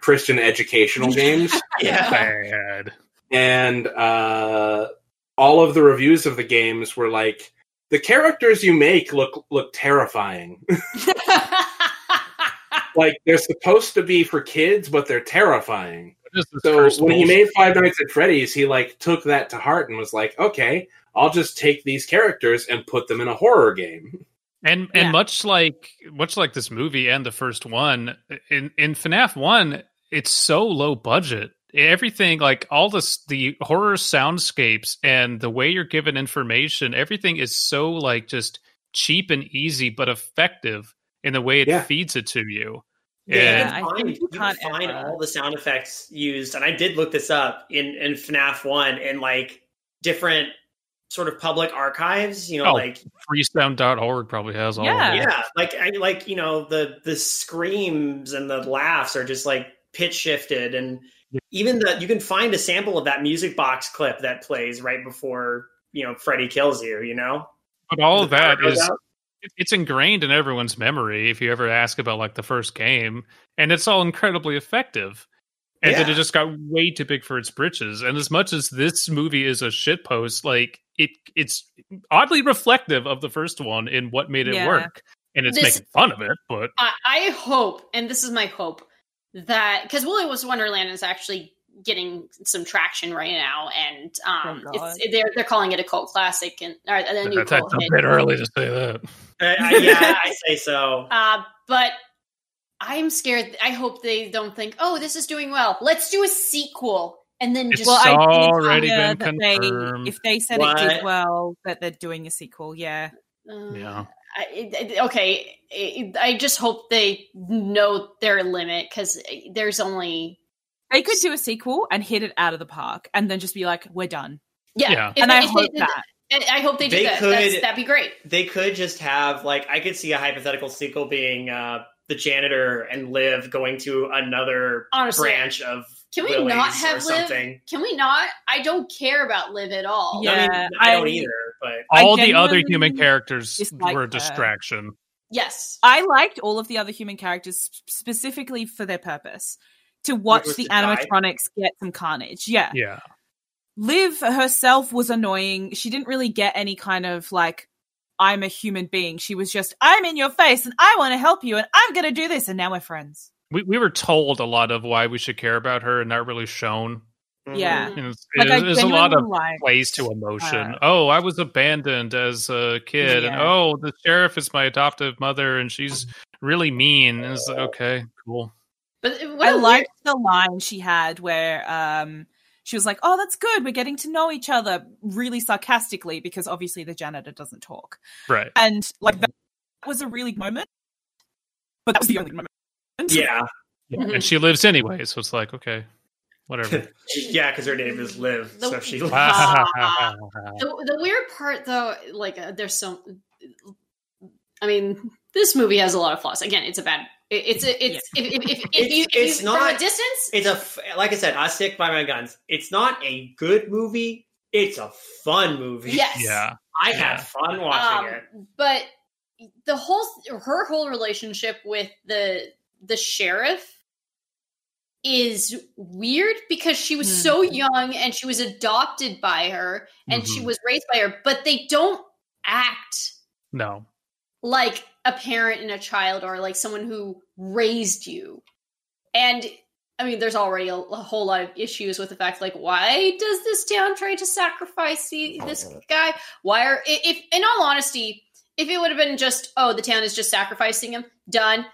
[SPEAKER 5] Christian educational games,
[SPEAKER 4] Yeah.
[SPEAKER 2] Bad.
[SPEAKER 5] and uh, all of the reviews of the games were like, "The characters you make look look terrifying." like they're supposed to be for kids, but they're terrifying.
[SPEAKER 2] What is this
[SPEAKER 5] So
[SPEAKER 2] first
[SPEAKER 5] when he
[SPEAKER 2] bullshit?
[SPEAKER 5] made Five Nights at Freddy's, he like took that to heart and was like, okay, I'll just take these characters and put them in a horror game.
[SPEAKER 2] And
[SPEAKER 1] Yeah.
[SPEAKER 2] and much like much like this movie and the first one, in in FNAF one, it's so low budget. Everything like all this the horror soundscapes and the way you're given information, everything is so like just cheap and easy but effective in the way it
[SPEAKER 5] Yeah.
[SPEAKER 2] feeds it to you.
[SPEAKER 1] Yeah,
[SPEAKER 2] And
[SPEAKER 1] I
[SPEAKER 4] you can
[SPEAKER 1] think
[SPEAKER 4] find,
[SPEAKER 1] you
[SPEAKER 4] you can
[SPEAKER 1] can't
[SPEAKER 4] find
[SPEAKER 1] ever-
[SPEAKER 4] all the sound effects used, and I did look this up in in FNAF one in like different sort of public archives. You know,
[SPEAKER 2] Oh.
[SPEAKER 4] like
[SPEAKER 2] freesound.org probably has all
[SPEAKER 1] Yeah.
[SPEAKER 2] of it.
[SPEAKER 4] yeah, like I like you know the the screams and the laughs are just like pitch shifted, and even the you can find a sample of that music box clip that plays right before you know Freddy kills you. You know,
[SPEAKER 2] But all of that
[SPEAKER 4] Goes
[SPEAKER 2] is
[SPEAKER 4] out.
[SPEAKER 2] it- it's ingrained in everyone's memory if you ever ask about like the first game and it's all incredibly effective and then it
[SPEAKER 4] Yeah.
[SPEAKER 2] just got way too big for its britches and as much as this movie is a shitpost like it it's oddly reflective of the first one in what made it
[SPEAKER 1] Yeah.
[SPEAKER 2] work and it's
[SPEAKER 3] This-
[SPEAKER 2] making fun of it but
[SPEAKER 3] I, I hope, and this is my hope, that because Willy Was Wonderland is actually getting some traction right now, and um,
[SPEAKER 1] Oh, God.
[SPEAKER 3] it's, they're they're calling it a cult classic and or a new
[SPEAKER 2] that's, that's
[SPEAKER 3] cult
[SPEAKER 2] a
[SPEAKER 3] hit.
[SPEAKER 2] bit early to say that
[SPEAKER 4] I, I, yeah, I say so.
[SPEAKER 3] Uh, but I'm scared. I hope they don't think, oh, this is doing well. Let's do a sequel and then
[SPEAKER 2] It's
[SPEAKER 3] just
[SPEAKER 1] Well, I
[SPEAKER 2] so-
[SPEAKER 1] did
[SPEAKER 2] already
[SPEAKER 1] hear
[SPEAKER 2] been
[SPEAKER 1] that
[SPEAKER 2] confirmed.
[SPEAKER 1] They, if they said it
[SPEAKER 4] What?
[SPEAKER 1] did well, that they're doing a sequel. Yeah,
[SPEAKER 3] Uh,
[SPEAKER 2] yeah
[SPEAKER 3] I, it- okay. It- I just hope they know their limit because there's only
[SPEAKER 1] they could do a sequel and hit it out of the park, and then just be like, "We're done."
[SPEAKER 3] yeah.
[SPEAKER 2] Yeah.
[SPEAKER 3] if-
[SPEAKER 1] and I
[SPEAKER 3] if they
[SPEAKER 1] hope
[SPEAKER 3] did-
[SPEAKER 1] that.
[SPEAKER 3] I I hope they do
[SPEAKER 4] They
[SPEAKER 3] that.
[SPEAKER 4] could-
[SPEAKER 3] That's, that'd be great.
[SPEAKER 4] They could just have like I could see a hypothetical sequel being uh the janitor and Liv going to another
[SPEAKER 3] Honestly.
[SPEAKER 4] branch of
[SPEAKER 3] Can we
[SPEAKER 4] Willie's
[SPEAKER 3] not
[SPEAKER 4] or
[SPEAKER 3] have Liv?
[SPEAKER 4] something.
[SPEAKER 3] Can we not? I don't care about Liv at all.
[SPEAKER 1] Yeah.
[SPEAKER 4] I, mean, I don't
[SPEAKER 1] I-
[SPEAKER 4] either, but
[SPEAKER 1] I
[SPEAKER 2] all the other
[SPEAKER 1] genuinely
[SPEAKER 2] human characters
[SPEAKER 1] dislike
[SPEAKER 2] were
[SPEAKER 1] her.
[SPEAKER 2] a distraction
[SPEAKER 3] Yes.
[SPEAKER 1] I liked all of the other human characters sp- specifically for their purpose to watch
[SPEAKER 4] was
[SPEAKER 1] the
[SPEAKER 4] to die.
[SPEAKER 1] animatronics get some carnage. Yeah.
[SPEAKER 2] yeah
[SPEAKER 1] Liv herself was annoying. She didn't really get any kind of like, I'm a human being. She was just, I'm in your face and I want to help you and I'm going to do this. And now we're friends.
[SPEAKER 2] we, we were told a lot of why we should care about her and not really shown
[SPEAKER 4] mm-hmm.
[SPEAKER 1] Yeah.
[SPEAKER 3] Mm-hmm.
[SPEAKER 2] and it's,
[SPEAKER 1] Like, I
[SPEAKER 2] it- there's a lot
[SPEAKER 1] genuinely
[SPEAKER 2] of
[SPEAKER 1] liked-
[SPEAKER 2] plays to emotion.
[SPEAKER 1] Uh,
[SPEAKER 2] oh, I was abandoned as a kid, and
[SPEAKER 1] Yeah.
[SPEAKER 2] oh, the sheriff is my adoptive mother, and she's
[SPEAKER 1] Mm-hmm.
[SPEAKER 2] really mean. And it's like,
[SPEAKER 1] Oh.
[SPEAKER 2] okay, cool.
[SPEAKER 3] But what
[SPEAKER 1] I
[SPEAKER 3] a
[SPEAKER 1] liked the line she had where um, she was like, Oh, that's good. We're getting to know each other really sarcastically because obviously the janitor doesn't talk.
[SPEAKER 2] Right.
[SPEAKER 1] And like, that was a really good moment, but that was the only moment.
[SPEAKER 4] Yeah,
[SPEAKER 3] Mhm.
[SPEAKER 1] Mm-hmm.
[SPEAKER 2] And she lives anyway, so it's like, okay, whatever.
[SPEAKER 4] yeah, because her name is Liv,
[SPEAKER 3] The-
[SPEAKER 4] so she.
[SPEAKER 3] Ah. the, the weird part though like uh, there's some i mean this movie has a lot of flaws again it's a bad it, it's a, it's if, if, if, if
[SPEAKER 4] It's-
[SPEAKER 3] you, if you-
[SPEAKER 4] it's
[SPEAKER 3] from
[SPEAKER 4] not-
[SPEAKER 3] a distance
[SPEAKER 4] It's a f- like I said, I stick by my guns. It's not a good movie. It's a fun movie.
[SPEAKER 3] yes
[SPEAKER 2] yeah,
[SPEAKER 4] I
[SPEAKER 2] Yeah.
[SPEAKER 4] had fun
[SPEAKER 3] um,
[SPEAKER 4] watching it.
[SPEAKER 3] but the whole her whole relationship with the the sheriff is weird because she was so
[SPEAKER 4] Hmm.
[SPEAKER 3] young and she was adopted by her and she
[SPEAKER 4] Mm-hmm.
[SPEAKER 3] was raised by her but they don't act
[SPEAKER 2] no,
[SPEAKER 3] like a parent and a child or like someone who raised you and i mean there's already a, a whole lot of issues with the fact like why does this town try to sacrifice the, this guy why are i- if in all honesty if it would have been just oh the town is just sacrificing him done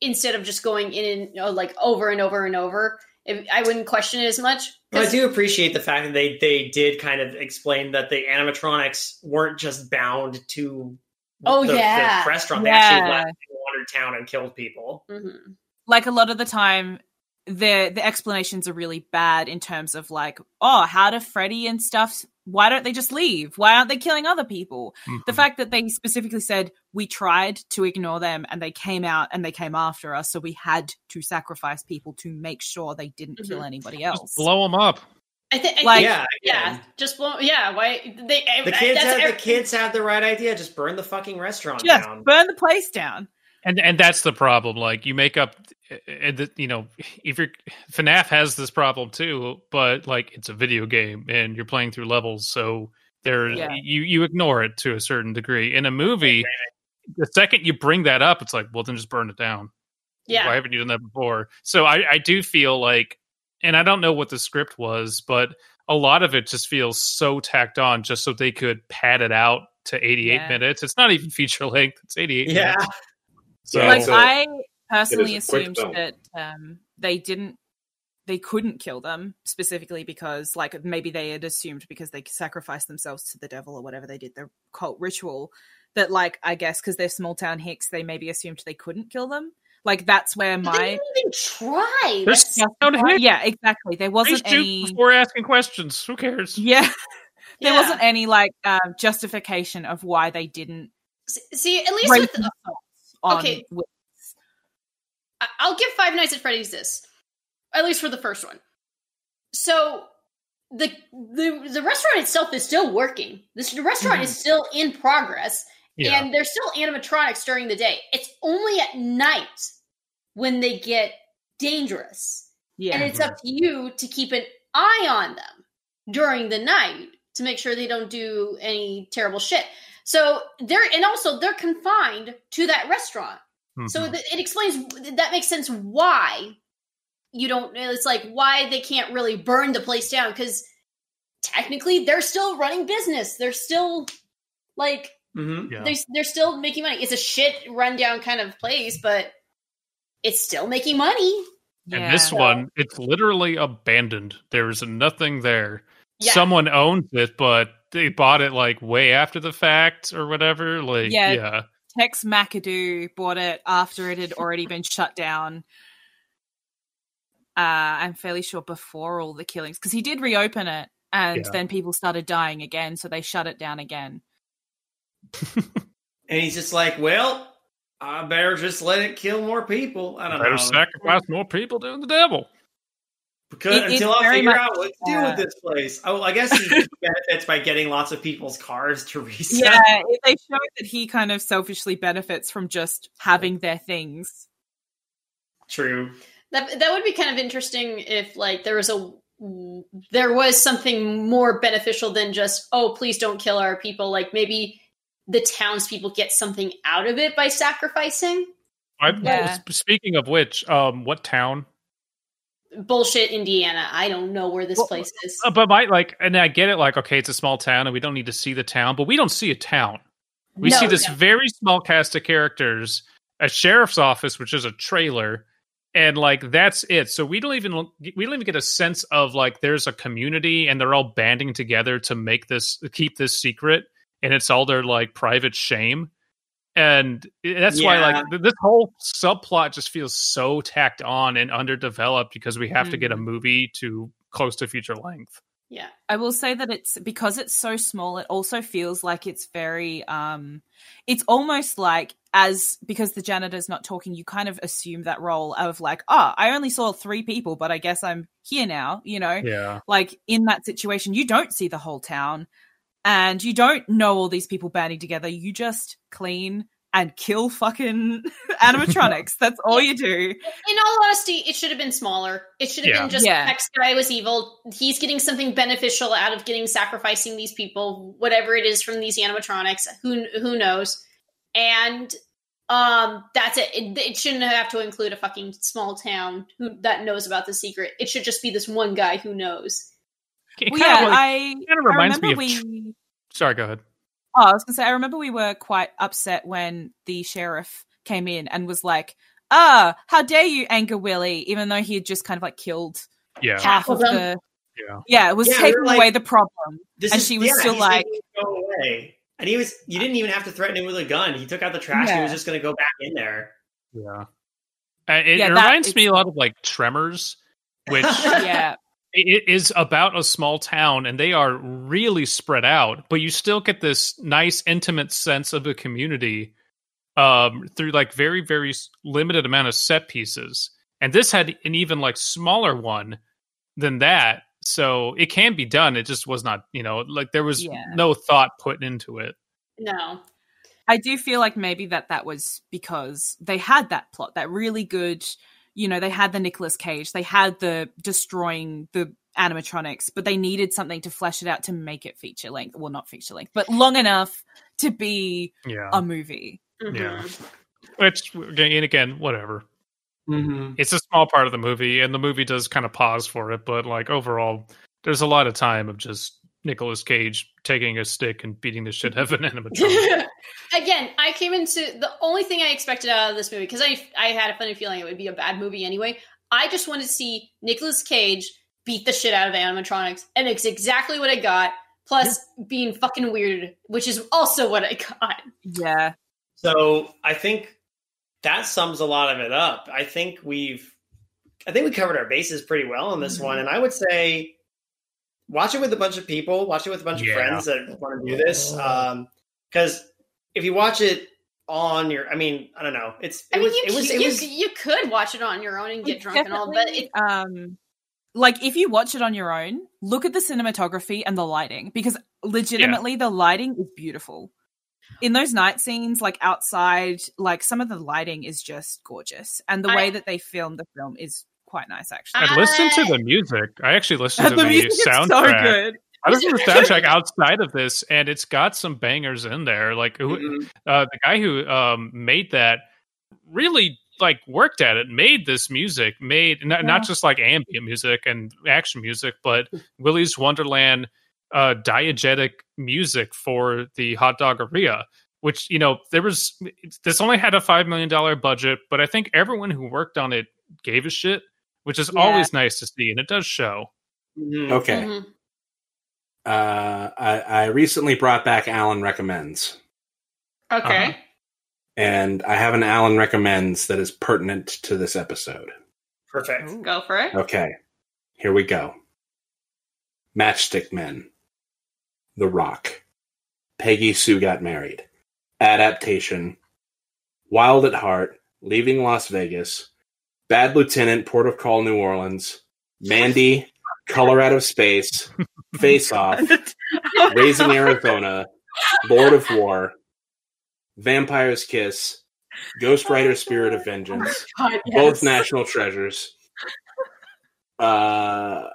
[SPEAKER 3] instead of just going in and you know, like over and over and over if, i wouldn't question it as much
[SPEAKER 4] Well, I do appreciate the fact that they they did kind of explain that the animatronics weren't just bound to
[SPEAKER 3] Oh,
[SPEAKER 4] the,
[SPEAKER 3] yeah.
[SPEAKER 4] the restaurant. They
[SPEAKER 1] Yeah.
[SPEAKER 4] actually left and wandered town and killed people.
[SPEAKER 3] Mhm.
[SPEAKER 1] like a lot of the time the the explanations are really bad in terms of like oh how do freddy and stuff why don't they just leave why aren't they killing other people the
[SPEAKER 2] Mhm.
[SPEAKER 1] fact that they specifically said we tried to ignore them and they came out and they came after us so we had to sacrifice people to make sure they didn't kill anybody else
[SPEAKER 2] Mm-hmm. just blow them up.
[SPEAKER 3] i think
[SPEAKER 1] Like-
[SPEAKER 3] yeah
[SPEAKER 4] yeah,
[SPEAKER 3] yeah just blow yeah why they I-
[SPEAKER 4] The
[SPEAKER 3] I-
[SPEAKER 4] kids
[SPEAKER 3] that's
[SPEAKER 4] had the
[SPEAKER 3] every-
[SPEAKER 4] kids had the right idea. Just burn the fucking restaurant
[SPEAKER 1] just
[SPEAKER 4] down.
[SPEAKER 1] burn the place down
[SPEAKER 2] and and that's the problem like you make up and the- you know if you're FNAF has this problem too but like it's a video game and you're playing through levels so there
[SPEAKER 1] Yeah.
[SPEAKER 2] you you ignore it to a certain degree in a movie the second you bring that up it's like well then just burn it down
[SPEAKER 3] yeah
[SPEAKER 2] why haven't you done that before so i i do feel like and i don't know what the script was but a lot of it just feels so tacked on just so they could pad it out to 88
[SPEAKER 1] Yeah.
[SPEAKER 2] minutes it's not even feature length it's 88
[SPEAKER 4] Yeah.
[SPEAKER 2] minutes. so
[SPEAKER 5] Yeah,
[SPEAKER 1] like
[SPEAKER 5] so-
[SPEAKER 1] i personally
[SPEAKER 5] It is a quick
[SPEAKER 1] assumed
[SPEAKER 5] film.
[SPEAKER 1] that um they didn't they couldn't kill them specifically because like maybe they had assumed because they sacrificed themselves to the devil or whatever they did their cult ritual that like I guess because they're small town hicks they maybe assumed they couldn't kill them. Like that's where
[SPEAKER 3] But They
[SPEAKER 1] my
[SPEAKER 3] didn't even try.
[SPEAKER 2] They're
[SPEAKER 3] That's-
[SPEAKER 2] sound hit.
[SPEAKER 1] yeah exactly there
[SPEAKER 2] They
[SPEAKER 1] wasn't
[SPEAKER 2] shoot
[SPEAKER 1] any
[SPEAKER 2] before asking questions. Who cares?
[SPEAKER 1] yeah there
[SPEAKER 3] yeah.
[SPEAKER 1] wasn't any like um, justification of why they didn't
[SPEAKER 3] S- See, at least
[SPEAKER 1] raise
[SPEAKER 3] with
[SPEAKER 1] themselves on
[SPEAKER 3] okay.
[SPEAKER 1] with-
[SPEAKER 3] I- I'll give Five Nights at Freddy's this, at least for the first one. So the the the restaurant itself is still working. This the restaurant is still in progress, and there's still animatronics during the day. It's only at night when they get dangerous,
[SPEAKER 1] yeah
[SPEAKER 3] and it's up to you to keep an eye on them during the night to make sure they don't do any terrible shit. So they're and also they're confined to that restaurant. So
[SPEAKER 4] Mm-hmm.
[SPEAKER 2] Mhm.
[SPEAKER 3] th- it explains that makes sense why you don't. It's like why they can't really burn the place down because technically they're still running business. They're still like
[SPEAKER 4] Mm-hmm.
[SPEAKER 2] Yeah.
[SPEAKER 3] they they're still making money. It's a shit rundown kind of place, but it's still making money.
[SPEAKER 2] and this
[SPEAKER 1] Yeah.
[SPEAKER 2] one, it's literally abandoned. There's nothing there.
[SPEAKER 3] Yeah.
[SPEAKER 2] Someone owns it, but they bought it like way after the fact or whatever. Like,
[SPEAKER 1] Yeah.
[SPEAKER 2] yeah,
[SPEAKER 1] Tex McAdoo bought it after it had already been shut down. Uh, I'm fairly sure before all the killings, because he did reopen it, and
[SPEAKER 2] Yeah.
[SPEAKER 1] then people started dying again, so they shut it down again.
[SPEAKER 4] And he's just like, well, I better just let it kill more people. I don't
[SPEAKER 2] better
[SPEAKER 4] know.
[SPEAKER 2] sacrifice more people doing the devil.
[SPEAKER 4] because
[SPEAKER 1] It- it's
[SPEAKER 4] until I
[SPEAKER 1] very
[SPEAKER 4] figure
[SPEAKER 1] much-
[SPEAKER 4] out what to do
[SPEAKER 1] yeah.
[SPEAKER 4] with this place. Oh, I guess he benefits by getting lots of people's cars to reset.
[SPEAKER 1] Yeah, it- they showed that he kind of selfishly benefits from just having their things.
[SPEAKER 4] True.
[SPEAKER 3] That that would be kind of interesting if like there was a there was something more beneficial than just oh please don't kill our people. Like maybe the townspeople get something out of it by sacrificing
[SPEAKER 2] I,
[SPEAKER 1] Yeah.
[SPEAKER 2] Speaking of which, um, what town?
[SPEAKER 3] bullshit. Indiana, I don't know where this
[SPEAKER 2] Well,
[SPEAKER 3] place is.
[SPEAKER 2] Uh, but my like, and I get it. Like, okay, it's a small town, and we don't need to see the town, but we don't see a town. We
[SPEAKER 3] No,
[SPEAKER 2] see this
[SPEAKER 3] no.
[SPEAKER 2] very small cast of characters, a sheriff's office, which is a trailer, and like that's it. So we don't even we don't even get a sense of like there's a community and they're all banding together to make this keep this secret, and it's all their like private shame. And i- that's why
[SPEAKER 4] Yeah.
[SPEAKER 2] like th- this whole subplot just feels so tacked on and underdeveloped because we have to get a
[SPEAKER 1] Mhm.
[SPEAKER 2] movie to close to feature length.
[SPEAKER 3] Yeah,
[SPEAKER 1] I will say that it's because it's so small, it also feels like it's very um it's almost like as because the janitor's not talking, you kind of assume that role of like, oh, I only saw three people, but I guess I'm here now, you know?
[SPEAKER 2] Yeah.
[SPEAKER 1] Like in that situation, you don't see the whole town and you don't know all these people banding together. You just clean and kill fucking animatronics. That's all you do.
[SPEAKER 3] in all honesty, it should have been smaller. It should have
[SPEAKER 2] Yeah.
[SPEAKER 3] been just
[SPEAKER 1] Yeah.
[SPEAKER 3] next guy was evil. He's getting something beneficial out of getting sacrificing these people, whatever it is from these animatronics. Who who knows? And um, that's it. it. It shouldn't have to include a fucking small town who that knows about the secret. It should just be this one guy who knows.
[SPEAKER 2] It
[SPEAKER 1] Well,
[SPEAKER 2] kinda
[SPEAKER 1] yeah,
[SPEAKER 2] like-
[SPEAKER 1] I,
[SPEAKER 2] kinda
[SPEAKER 1] I
[SPEAKER 2] reminds
[SPEAKER 1] remember
[SPEAKER 2] me of
[SPEAKER 1] we.
[SPEAKER 2] Ch- sorry, go ahead.
[SPEAKER 1] Oh, I was gonna say, I remember we were quite upset when the sheriff came in and was like, "Ah, how dare you anger Willie?" Even though he had just kind of like killed
[SPEAKER 2] Yeah.
[SPEAKER 1] half of
[SPEAKER 3] Well,
[SPEAKER 1] the,
[SPEAKER 2] Yeah.
[SPEAKER 1] yeah, it was
[SPEAKER 4] Yeah, we
[SPEAKER 1] taking
[SPEAKER 4] were like-
[SPEAKER 1] away the problem.
[SPEAKER 4] This
[SPEAKER 1] And
[SPEAKER 4] is,
[SPEAKER 1] she was
[SPEAKER 4] yeah,
[SPEAKER 1] still
[SPEAKER 4] he's making
[SPEAKER 1] like-
[SPEAKER 4] it go away. And he was. You didn't even have to threaten him with a gun. He took out the trash. and He was
[SPEAKER 1] Yeah.
[SPEAKER 4] just going to go back in there.
[SPEAKER 2] Yeah. Uh, it
[SPEAKER 1] Yeah,
[SPEAKER 2] it
[SPEAKER 1] that
[SPEAKER 2] reminds
[SPEAKER 1] is-
[SPEAKER 2] me a lot of like Tremors, which i-
[SPEAKER 1] Yeah,
[SPEAKER 2] it is about a small town and they are really spread out, but you still get this nice, intimate sense of a community um, through like very, very s- limited amount of set pieces. And this had an even like smaller one than that. So it can be done. It just was not, you know, like there was
[SPEAKER 1] Yeah.
[SPEAKER 2] no thought put into it.
[SPEAKER 3] No,
[SPEAKER 1] I do feel like maybe that that was because they had that plot, that really good, you know, they had the Nicolas Cage, they had the destroying the animatronics, but they needed something to flesh it out to make it feature length. Well, not feature length, but long enough to be
[SPEAKER 2] Yeah.
[SPEAKER 1] a movie.
[SPEAKER 3] Mm-hmm.
[SPEAKER 2] Yeah. Which, and again, whatever.
[SPEAKER 4] Mm-hmm.
[SPEAKER 2] it's a small part of the movie and the movie does kind of pause for it but like overall there's a lot of time of just Nicolas Cage taking a stick and beating the shit out of an animatronic.
[SPEAKER 3] Again, I came into the only thing I expected out of this movie because I I had a funny feeling it would be a bad movie anyway. I just wanted to see Nicolas Cage beat the shit out of animatronics, and it's exactly what I got. Plus, being fucking weird, which is also what I got.
[SPEAKER 1] Yeah.
[SPEAKER 4] So I think that sums a lot of it up. I think we've, I think we covered our bases pretty well on
[SPEAKER 1] Mm-hmm.
[SPEAKER 4] this one, and I would say watch it with a bunch of people, watch it with a bunch
[SPEAKER 2] Yeah.
[SPEAKER 4] of friends that want to do this, because if you watch it on your, I mean, I don't know, it's
[SPEAKER 3] I
[SPEAKER 4] it
[SPEAKER 3] mean,
[SPEAKER 4] was
[SPEAKER 3] you,
[SPEAKER 4] it was
[SPEAKER 3] you,
[SPEAKER 4] it was
[SPEAKER 3] you could watch it on your own and get
[SPEAKER 1] It's
[SPEAKER 3] drunk and all, but it,
[SPEAKER 1] definitely, um, like if you watch it on your own, look at the cinematography and the lighting because legitimately the lighting is beautiful. In those night scenes, like outside, like some of the lighting is just gorgeous, and the
[SPEAKER 3] I-
[SPEAKER 1] way that they filmed the film is quite nice. Actually,
[SPEAKER 2] I listened to the music. I actually listened to the, soundtrack. I listened to the soundtrack outside of this, and it's got some bangers in there. Like who, uh, the guy who um, made that really like worked at it, made this music, made not,
[SPEAKER 1] Yeah.
[SPEAKER 2] not just like ambient music and action music, but Willy's Wonderland uh, diegetic music for the hot doggeria. Which you know, there was this only had a five million dollar budget, but I think everyone who worked on it gave a shit, which is
[SPEAKER 1] Yeah.
[SPEAKER 2] always nice to see, and it does show.
[SPEAKER 4] Mhm.
[SPEAKER 5] Okay.
[SPEAKER 1] Mm-hmm.
[SPEAKER 3] Mhm.
[SPEAKER 5] Uh, I, I recently brought back Alan Recommends,
[SPEAKER 3] okay.
[SPEAKER 2] Uh-huh.
[SPEAKER 5] and I have an Alan Recommends that is pertinent to this episode.
[SPEAKER 4] perfect.
[SPEAKER 3] Go for it.
[SPEAKER 5] Okay, here we go. Matchstick Men, The Rock, Peggy Sue Got Married, Adaptation, Wild at Heart, Leaving Las Vegas, Bad Lieutenant, Port of Call, New Orleans, Mandy, Color Out of Space, Face Off, Raising Arizona, Lord of War, Vampire's Kiss, Ghost Rider Spirit of Vengeance,
[SPEAKER 3] God, yes.
[SPEAKER 5] both national treasures. Uh,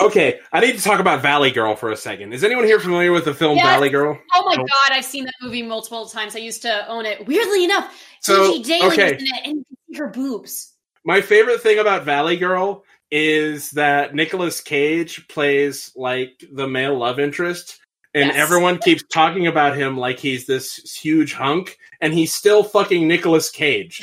[SPEAKER 5] okay, I need to talk about Valley Girl for a second. Is anyone here familiar with the film
[SPEAKER 3] Yes.
[SPEAKER 5] Valley Girl?
[SPEAKER 3] Oh my
[SPEAKER 2] Nope.
[SPEAKER 3] god, I've seen that movie multiple times. I used to own it. Weirdly enough,
[SPEAKER 5] So,
[SPEAKER 3] Gigi Daly was
[SPEAKER 5] okay.
[SPEAKER 3] in it and you could see her boobs.
[SPEAKER 5] My favorite thing about Valley Girl is that Nicolas Cage plays like the male love interest, and
[SPEAKER 3] Yes.
[SPEAKER 5] everyone keeps talking about him like he's this huge hunk, and he's still fucking Nicolas Cage.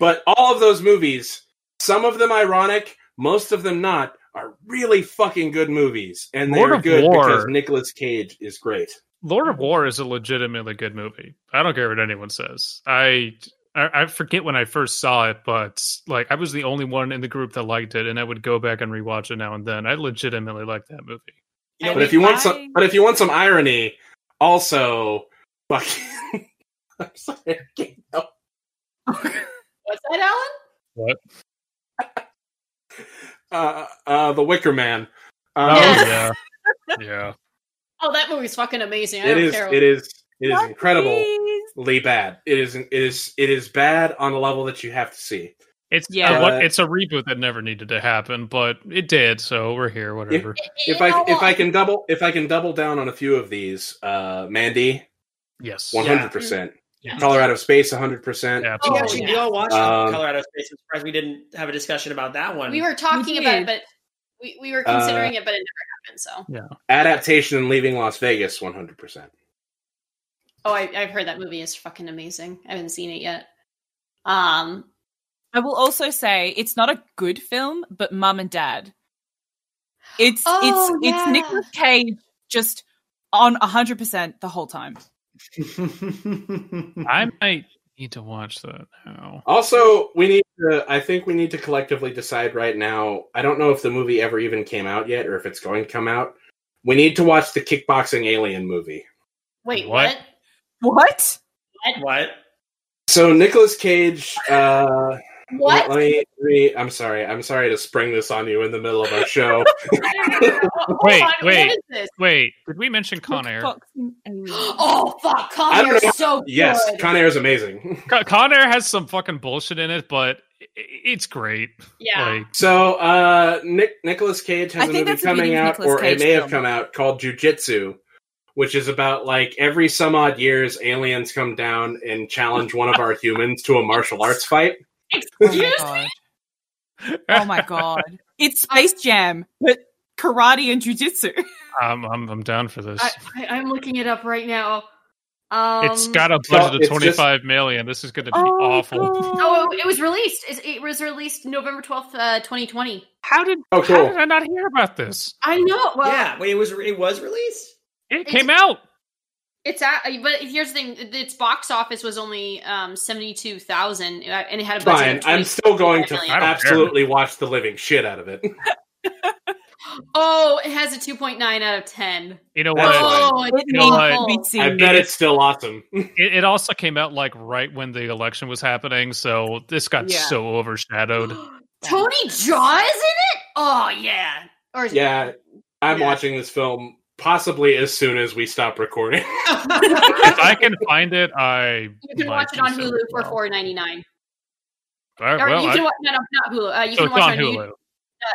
[SPEAKER 5] But all of those movies, some of them ironic, most of them not, are really fucking good movies. And
[SPEAKER 2] Lord
[SPEAKER 5] they're
[SPEAKER 2] of
[SPEAKER 5] good
[SPEAKER 2] War.
[SPEAKER 5] because Nicolas Cage is great.
[SPEAKER 2] Lord of War is a legitimately good movie. I don't care what anyone says. I, I I forget when I first saw it, but like I was the only one in the group that liked it, and I would go back and rewatch it now and then. I legitimately like that movie.
[SPEAKER 4] You know,
[SPEAKER 5] But if you want some but if you want some irony, also fucking I'm sorry, I can't help.
[SPEAKER 3] What's that, Alan?
[SPEAKER 5] Uh, uh, the Wicker Man. Um,
[SPEAKER 2] Oh
[SPEAKER 3] Yes.
[SPEAKER 2] yeah, yeah.
[SPEAKER 3] Oh, that movie's fucking amazing. I
[SPEAKER 5] It
[SPEAKER 3] don't
[SPEAKER 5] is.
[SPEAKER 3] care.
[SPEAKER 5] It is. It is incredibly
[SPEAKER 1] Please.
[SPEAKER 5] bad. It is. It is. It is bad on a level that you have to see.
[SPEAKER 2] It's
[SPEAKER 1] Yeah.
[SPEAKER 2] yeah.
[SPEAKER 5] Uh,
[SPEAKER 2] it's a reboot that never needed to happen, but it did. So we're here. Whatever.
[SPEAKER 3] You
[SPEAKER 5] if I
[SPEAKER 3] know
[SPEAKER 5] if I
[SPEAKER 3] what?
[SPEAKER 5] can double if I can double down on a few of these, uh, Mandy,
[SPEAKER 2] yes.
[SPEAKER 5] one hundred percent.
[SPEAKER 2] Yeah.
[SPEAKER 5] Colorado Space, one hundred percent.
[SPEAKER 2] Yeah,
[SPEAKER 4] I think
[SPEAKER 3] Oh,
[SPEAKER 4] actually
[SPEAKER 2] absolutely.
[SPEAKER 3] yeah.
[SPEAKER 4] we all watched
[SPEAKER 5] Um,
[SPEAKER 4] Colorado Space. I'm surprised we didn't have a discussion about that one.
[SPEAKER 3] we were talking
[SPEAKER 1] We
[SPEAKER 3] about
[SPEAKER 1] did.
[SPEAKER 3] it, but we, we were
[SPEAKER 5] Uh,
[SPEAKER 3] considering it, but it never happened. So,
[SPEAKER 5] Adaptation and Leaving Las Vegas, one hundred percent.
[SPEAKER 3] oh, I, I've heard that movie is fucking amazing. I haven't seen it yet. Um,
[SPEAKER 1] I will also say it's not a good film, but Mum and Dad. It's
[SPEAKER 3] Oh,
[SPEAKER 1] it's
[SPEAKER 3] yeah.
[SPEAKER 1] it's Nicolas Cage just on hundred percent the whole time.
[SPEAKER 2] I might need to watch that now.
[SPEAKER 5] Also, we need to. I think we need to collectively decide right now. I don't know if the movie ever even came out yet, or if it's going to come out. We need to watch the kickboxing alien movie.
[SPEAKER 3] wait,
[SPEAKER 2] What?
[SPEAKER 3] what?
[SPEAKER 1] What?
[SPEAKER 4] what?
[SPEAKER 5] So Nicolas Cage. Uh,
[SPEAKER 3] What?
[SPEAKER 5] Let me, let me. I'm sorry. I'm sorry to spring this on you in the middle of our show.
[SPEAKER 3] Hold
[SPEAKER 2] Wait,
[SPEAKER 3] on,
[SPEAKER 2] wait.
[SPEAKER 3] What is this?
[SPEAKER 2] Wait, did we mention Con Air?
[SPEAKER 1] Kickboxing alien.
[SPEAKER 3] Oh fuck,
[SPEAKER 5] I don't
[SPEAKER 3] Connor
[SPEAKER 5] know.
[SPEAKER 3] is so good.
[SPEAKER 5] Yes, Con Air is amazing.
[SPEAKER 2] Co- Con Air has some fucking bullshit in it, but i- i- it's great.
[SPEAKER 3] yeah.
[SPEAKER 2] Like,
[SPEAKER 5] So uh Nick Nicholas Cage
[SPEAKER 1] I
[SPEAKER 5] has a
[SPEAKER 1] think
[SPEAKER 5] movie
[SPEAKER 1] that's the beginning
[SPEAKER 5] coming
[SPEAKER 1] of
[SPEAKER 5] out,
[SPEAKER 1] Nicolas
[SPEAKER 5] or it
[SPEAKER 1] Cage
[SPEAKER 5] may have
[SPEAKER 1] film.
[SPEAKER 5] come out, called Jujitsu, which is about like every some odd years aliens come down and challenge one of our humans to a martial arts fight.
[SPEAKER 3] Excuse
[SPEAKER 1] oh my god! Oh my god! It's Space Jam, but karate and jujitsu.
[SPEAKER 2] I'm, I'm I'm down for this.
[SPEAKER 3] I, I, I'm looking it up right now. Um,
[SPEAKER 2] it's got a
[SPEAKER 5] so
[SPEAKER 2] budget
[SPEAKER 5] it's
[SPEAKER 2] of
[SPEAKER 5] just-
[SPEAKER 2] twenty five million. This is going to be
[SPEAKER 1] Oh,
[SPEAKER 2] awful.
[SPEAKER 1] God.
[SPEAKER 3] Oh, it was released. It- It was released November twelfth, uh, twenty twenty.
[SPEAKER 2] How did
[SPEAKER 5] Oh,
[SPEAKER 2] how
[SPEAKER 5] cool.
[SPEAKER 2] did I not hear about this?
[SPEAKER 3] I know. Well,
[SPEAKER 4] yeah, wait, it was it was released.
[SPEAKER 2] It
[SPEAKER 3] It's-
[SPEAKER 2] came out.
[SPEAKER 3] It's at, but here's the thing: its box office was only um, seventy two thousand, uh, and it had a budget.
[SPEAKER 5] Fine.
[SPEAKER 3] of 20
[SPEAKER 5] I'm still going to
[SPEAKER 3] million.
[SPEAKER 2] I don't care.
[SPEAKER 5] absolutely watch the living shit out of it.
[SPEAKER 3] Oh, it has a two point nine out of ten.
[SPEAKER 2] You know
[SPEAKER 5] That's
[SPEAKER 2] what?
[SPEAKER 5] why.
[SPEAKER 3] Oh, it's
[SPEAKER 1] It
[SPEAKER 2] know what?
[SPEAKER 3] awful.
[SPEAKER 1] needs to be
[SPEAKER 5] I
[SPEAKER 1] seen.
[SPEAKER 5] bet it's still awesome.
[SPEAKER 2] It, it also came out like right when the election was happening, so this got
[SPEAKER 1] Yeah.
[SPEAKER 2] so overshadowed.
[SPEAKER 3] Tony Jaw is in it. Oh yeah. Or is it-
[SPEAKER 5] yeah, I'm
[SPEAKER 3] Yeah.
[SPEAKER 5] watching this film possibly as soon as we stop recording.
[SPEAKER 2] if I can find it, I
[SPEAKER 3] you can
[SPEAKER 2] might
[SPEAKER 3] watch it on
[SPEAKER 2] do so
[SPEAKER 3] Hulu
[SPEAKER 2] as
[SPEAKER 3] for
[SPEAKER 2] well.
[SPEAKER 3] four ninety nine.
[SPEAKER 2] All right,
[SPEAKER 3] Or
[SPEAKER 2] well,
[SPEAKER 3] you
[SPEAKER 2] I-
[SPEAKER 3] can watch no, no, not Hulu. Uh, you
[SPEAKER 2] so
[SPEAKER 3] can
[SPEAKER 2] it's
[SPEAKER 3] watch
[SPEAKER 2] on
[SPEAKER 3] on You, uh,
[SPEAKER 2] Hulu.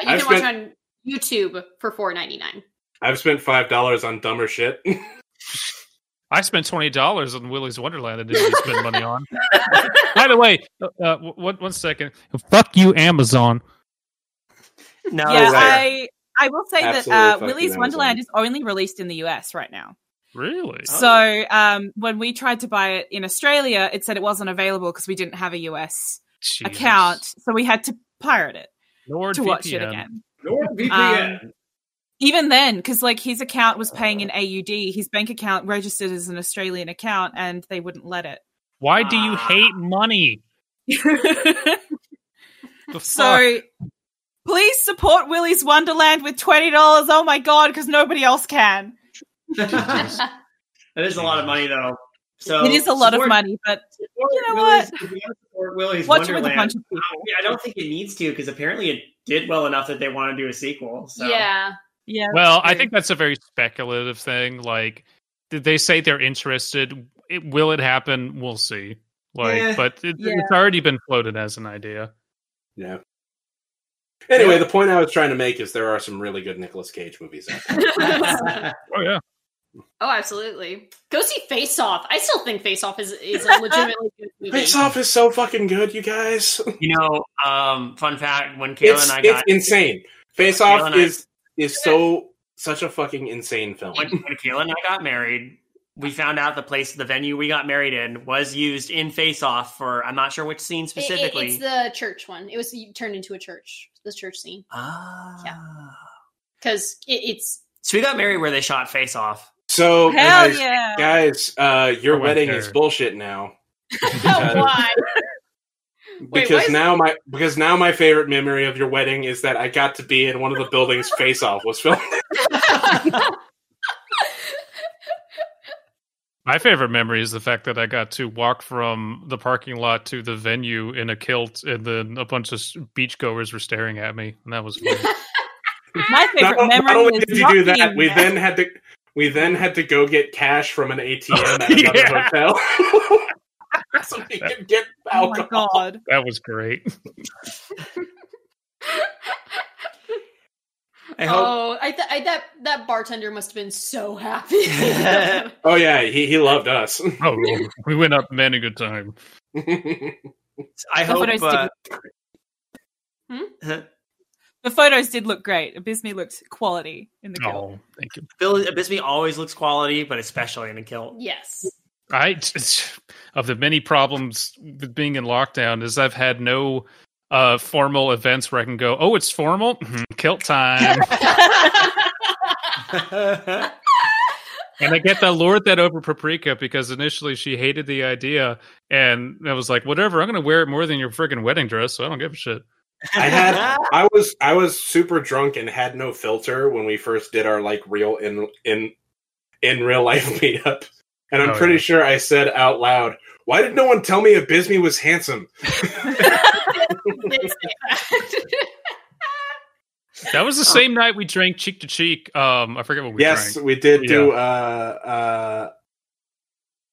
[SPEAKER 3] you
[SPEAKER 5] I've
[SPEAKER 3] can watch on YouTube for four ninety nine.
[SPEAKER 5] I've spent five dollars on dumber shit.
[SPEAKER 2] I spent twenty dollars on Willy's Wonderland. I didn't really spend money on. By the way, uh, uh, w- one one second. Fuck you, Amazon.
[SPEAKER 4] No,
[SPEAKER 1] yeah,
[SPEAKER 4] way.
[SPEAKER 1] I I will say that
[SPEAKER 5] Absolutely
[SPEAKER 1] uh,
[SPEAKER 5] fucking
[SPEAKER 1] Willy's
[SPEAKER 5] Amazon.
[SPEAKER 1] Wonderland is only released in the US right now.
[SPEAKER 2] Really?
[SPEAKER 1] Uh,
[SPEAKER 4] Oh.
[SPEAKER 1] So um, when we tried to buy it in Australia, it said it wasn't available because we didn't have a US
[SPEAKER 2] Jesus.
[SPEAKER 1] account, so we had to pirate it to watch it
[SPEAKER 2] NordVPN.
[SPEAKER 1] again.
[SPEAKER 5] NordVPN.
[SPEAKER 1] um, Even then, because like his account was paying in AUD, his bank account registered as an Australian account, and they wouldn't let it.
[SPEAKER 2] Why do you hate money? The fuck?
[SPEAKER 1] so please support Willy's Wonderland with twenty dollars. Oh my god, because nobody else can.
[SPEAKER 4] that is a lot of money though. So
[SPEAKER 1] it is a lot of
[SPEAKER 4] Oh. support-
[SPEAKER 1] money, but
[SPEAKER 4] support
[SPEAKER 1] You know
[SPEAKER 4] Willy's- if you don't support Willy's
[SPEAKER 1] watch it with a
[SPEAKER 4] Wonderland,
[SPEAKER 1] bunch of people.
[SPEAKER 4] I don't think it needs to because apparently it did well enough that they want to do a sequel. So.
[SPEAKER 3] Yeah.
[SPEAKER 1] Yeah.
[SPEAKER 2] well, I
[SPEAKER 1] true.
[SPEAKER 2] think that's a very speculative thing. Like, did they say they're interested? It, will it happen? We'll see. Like,
[SPEAKER 4] Yeah.
[SPEAKER 2] but it,
[SPEAKER 1] Yeah.
[SPEAKER 2] it's already been floated as an idea.
[SPEAKER 5] Yeah. Anyway, the point I was trying to make is there are some really good Nicolas Cage movies out there.
[SPEAKER 3] oh,
[SPEAKER 2] Oh yeah.
[SPEAKER 3] absolutely. Go see Face Off. I still think Face Off is, is a legitimately good movie.
[SPEAKER 5] Face Off is so fucking good, you guys.
[SPEAKER 4] You know, um, fun fact: when Kayla
[SPEAKER 5] It's,
[SPEAKER 4] and I
[SPEAKER 5] it's
[SPEAKER 4] got
[SPEAKER 5] insane. Face
[SPEAKER 4] Kayla
[SPEAKER 5] Off
[SPEAKER 4] and I-
[SPEAKER 5] is is so such a fucking insane film.
[SPEAKER 4] when, when Kayla and I got married, we found out the place, the venue we got married in, was used in Face Off for I'm not sure which
[SPEAKER 3] It-
[SPEAKER 4] scene
[SPEAKER 3] it-
[SPEAKER 4] specifically.
[SPEAKER 3] it's the church one. It was turned into a church, the church scene,
[SPEAKER 4] ah.
[SPEAKER 3] because it, it's
[SPEAKER 4] So we got married where they shot Face Off.
[SPEAKER 5] So
[SPEAKER 1] Hell
[SPEAKER 5] guys,
[SPEAKER 1] yeah.
[SPEAKER 5] guys, uh, your
[SPEAKER 4] Oh
[SPEAKER 2] I went
[SPEAKER 5] wedding
[SPEAKER 2] there.
[SPEAKER 5] is bullshit now.
[SPEAKER 3] why. Wait,
[SPEAKER 5] because
[SPEAKER 3] what is-
[SPEAKER 5] now my because now my favorite memory of your wedding is that I got to be in one of the buildings Face Off was filmed.
[SPEAKER 2] My favorite memory is the fact that I got to walk from the parking lot to the venue in a kilt, and then a bunch of s- beachgoers were staring at me, and that was fun.
[SPEAKER 1] My
[SPEAKER 5] Not,
[SPEAKER 1] favorite
[SPEAKER 5] not
[SPEAKER 1] memory
[SPEAKER 5] only
[SPEAKER 1] was
[SPEAKER 5] did you
[SPEAKER 1] not
[SPEAKER 5] do that,
[SPEAKER 1] being
[SPEAKER 5] we
[SPEAKER 1] there.
[SPEAKER 5] then had to we then had to go get cash from an ATM at another
[SPEAKER 2] Yeah.
[SPEAKER 5] hotel. so we could get
[SPEAKER 1] Oh my
[SPEAKER 5] alcohol.
[SPEAKER 1] god.
[SPEAKER 2] that was great.
[SPEAKER 4] I hope.
[SPEAKER 3] oh, I, th- I that that bartender must have been so happy.
[SPEAKER 5] Oh yeah, he, he loved us.
[SPEAKER 2] Oh, we went up, man, a good time.
[SPEAKER 3] Oh,
[SPEAKER 4] I
[SPEAKER 1] That's
[SPEAKER 4] hope.
[SPEAKER 1] what I
[SPEAKER 4] Uh,
[SPEAKER 3] Hmm?
[SPEAKER 4] huh?
[SPEAKER 1] The photos did look great. Abysme looked quality in the kill.
[SPEAKER 2] Oh, thank you.
[SPEAKER 4] Bill Abisme always looks quality, but especially in a kilt.
[SPEAKER 3] yes.
[SPEAKER 2] I just- of the many problems with being in lockdown is I've had no uh formal events where I can go. Oh, it's formal kilt time, and I get that lured that over paprika because initially she hated the idea, and I was like, whatever, I'm gonna wear it more than your friggin' wedding dress, so I don't give a shit.
[SPEAKER 5] I had I was I was super drunk and had no filter when we first did our like real in in in real life meetup. And I'm
[SPEAKER 2] Oh,
[SPEAKER 5] pretty
[SPEAKER 2] yeah.
[SPEAKER 5] sure I said out loud, why did no one tell me Abisme was handsome?
[SPEAKER 2] That was the same night we drank cheek to cheek. Um, I forget what we
[SPEAKER 5] yes,
[SPEAKER 2] drank.
[SPEAKER 5] we did do uh uh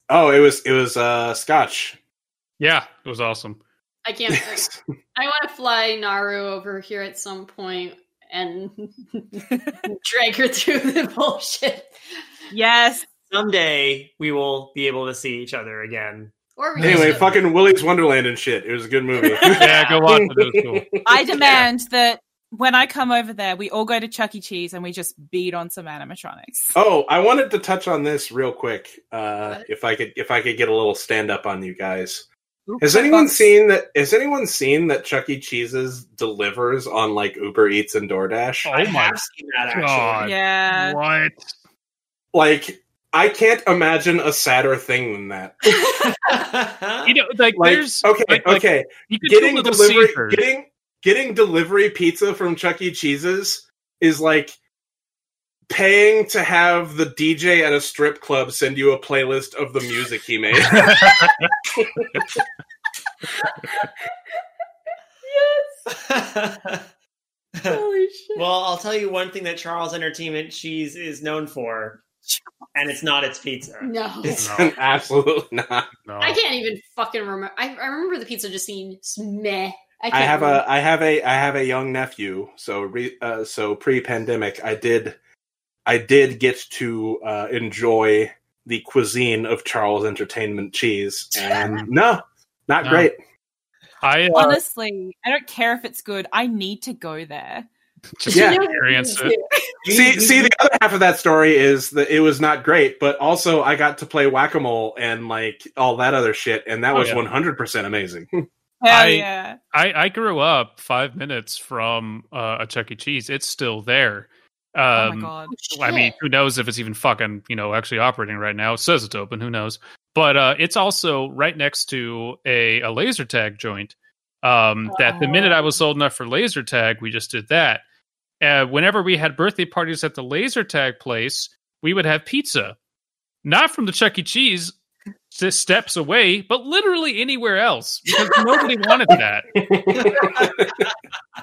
[SPEAKER 5] Oh, it was it was uh scotch.
[SPEAKER 2] Yeah, it was awesome.
[SPEAKER 3] I can't. I want to fly Naru over here at some point and drag her through the bullshit.
[SPEAKER 2] Oh.
[SPEAKER 1] Yes.
[SPEAKER 4] Someday we will be able to see each other again.
[SPEAKER 3] Or we
[SPEAKER 5] anyway,
[SPEAKER 3] just-
[SPEAKER 5] fucking Willy's Wonderland and shit. It was a good movie.
[SPEAKER 2] Yeah, go watch it. It was cool.
[SPEAKER 1] I demand that when I come over there, we all go to Chuck E. Cheese and we just beat on some animatronics.
[SPEAKER 5] Oh, I wanted to touch on this real quick. Uh, if I could, if I could get a little stand up on you guys. Has anyone seen that? Has anyone seen that Chuck E. Cheese's delivers on like Uber Eats and DoorDash?
[SPEAKER 4] I
[SPEAKER 2] Oh my
[SPEAKER 4] have seen that actually.
[SPEAKER 2] god!
[SPEAKER 1] Yeah.
[SPEAKER 2] What?
[SPEAKER 5] Like, I can't imagine a sadder thing than that.
[SPEAKER 2] You know, like,
[SPEAKER 5] Like,
[SPEAKER 2] there's
[SPEAKER 5] okay,
[SPEAKER 2] like- like,
[SPEAKER 5] okay,
[SPEAKER 2] you could do
[SPEAKER 5] getting
[SPEAKER 2] Little
[SPEAKER 5] delivery,
[SPEAKER 2] Caesars.
[SPEAKER 5] getting getting delivery pizza from Chuck E. Cheese's is like paying to have the DJ at a strip club send you a playlist of the music he made.
[SPEAKER 1] Holy shit.
[SPEAKER 4] well, I'll tell you one thing that Charles Entertainment Cheese is known for, and it's not its pizza.
[SPEAKER 3] No.
[SPEAKER 5] it's
[SPEAKER 2] No.
[SPEAKER 5] absolutely not.
[SPEAKER 2] no.
[SPEAKER 3] I can't even fucking remember. I, I remember the pizza just being s- meh. I, can't
[SPEAKER 5] I have
[SPEAKER 3] remember.
[SPEAKER 5] a I have a I have a young nephew. So re, uh, so pre pandemic, I did I did get to uh, enjoy the cuisine of Charles Entertainment Cheese, and no, not
[SPEAKER 2] No.
[SPEAKER 5] great.
[SPEAKER 2] I uh,
[SPEAKER 1] Honestly, I don't care if it's good. I need to go there.
[SPEAKER 2] just
[SPEAKER 5] Yeah.
[SPEAKER 2] experience it.
[SPEAKER 5] See, see, the other half of that story is that it was not great, but also I got to play whack a mole and like all that other shit, and that
[SPEAKER 2] Oh,
[SPEAKER 5] was
[SPEAKER 2] yeah.
[SPEAKER 5] one hundred percent amazing.
[SPEAKER 1] Hell
[SPEAKER 2] I-
[SPEAKER 1] yeah.
[SPEAKER 2] I, I grew up five minutes from uh, a Chuck E. Cheese. It's still there.
[SPEAKER 1] Oh my
[SPEAKER 2] Um,
[SPEAKER 1] god.
[SPEAKER 3] Shit.
[SPEAKER 2] I mean, who knows if it's even fucking you know actually operating right now? It says it's open. Who knows? But uh, it's also right next to a, a laser tag joint. Um, that the minute I was
[SPEAKER 1] Oh.
[SPEAKER 2] old enough for laser tag, we just did that. Uh, whenever we had birthday parties at the laser tag place, we would have pizza, not from the Chuck E. Cheese s- steps away, but literally anywhere else because nobody wanted that.
[SPEAKER 1] I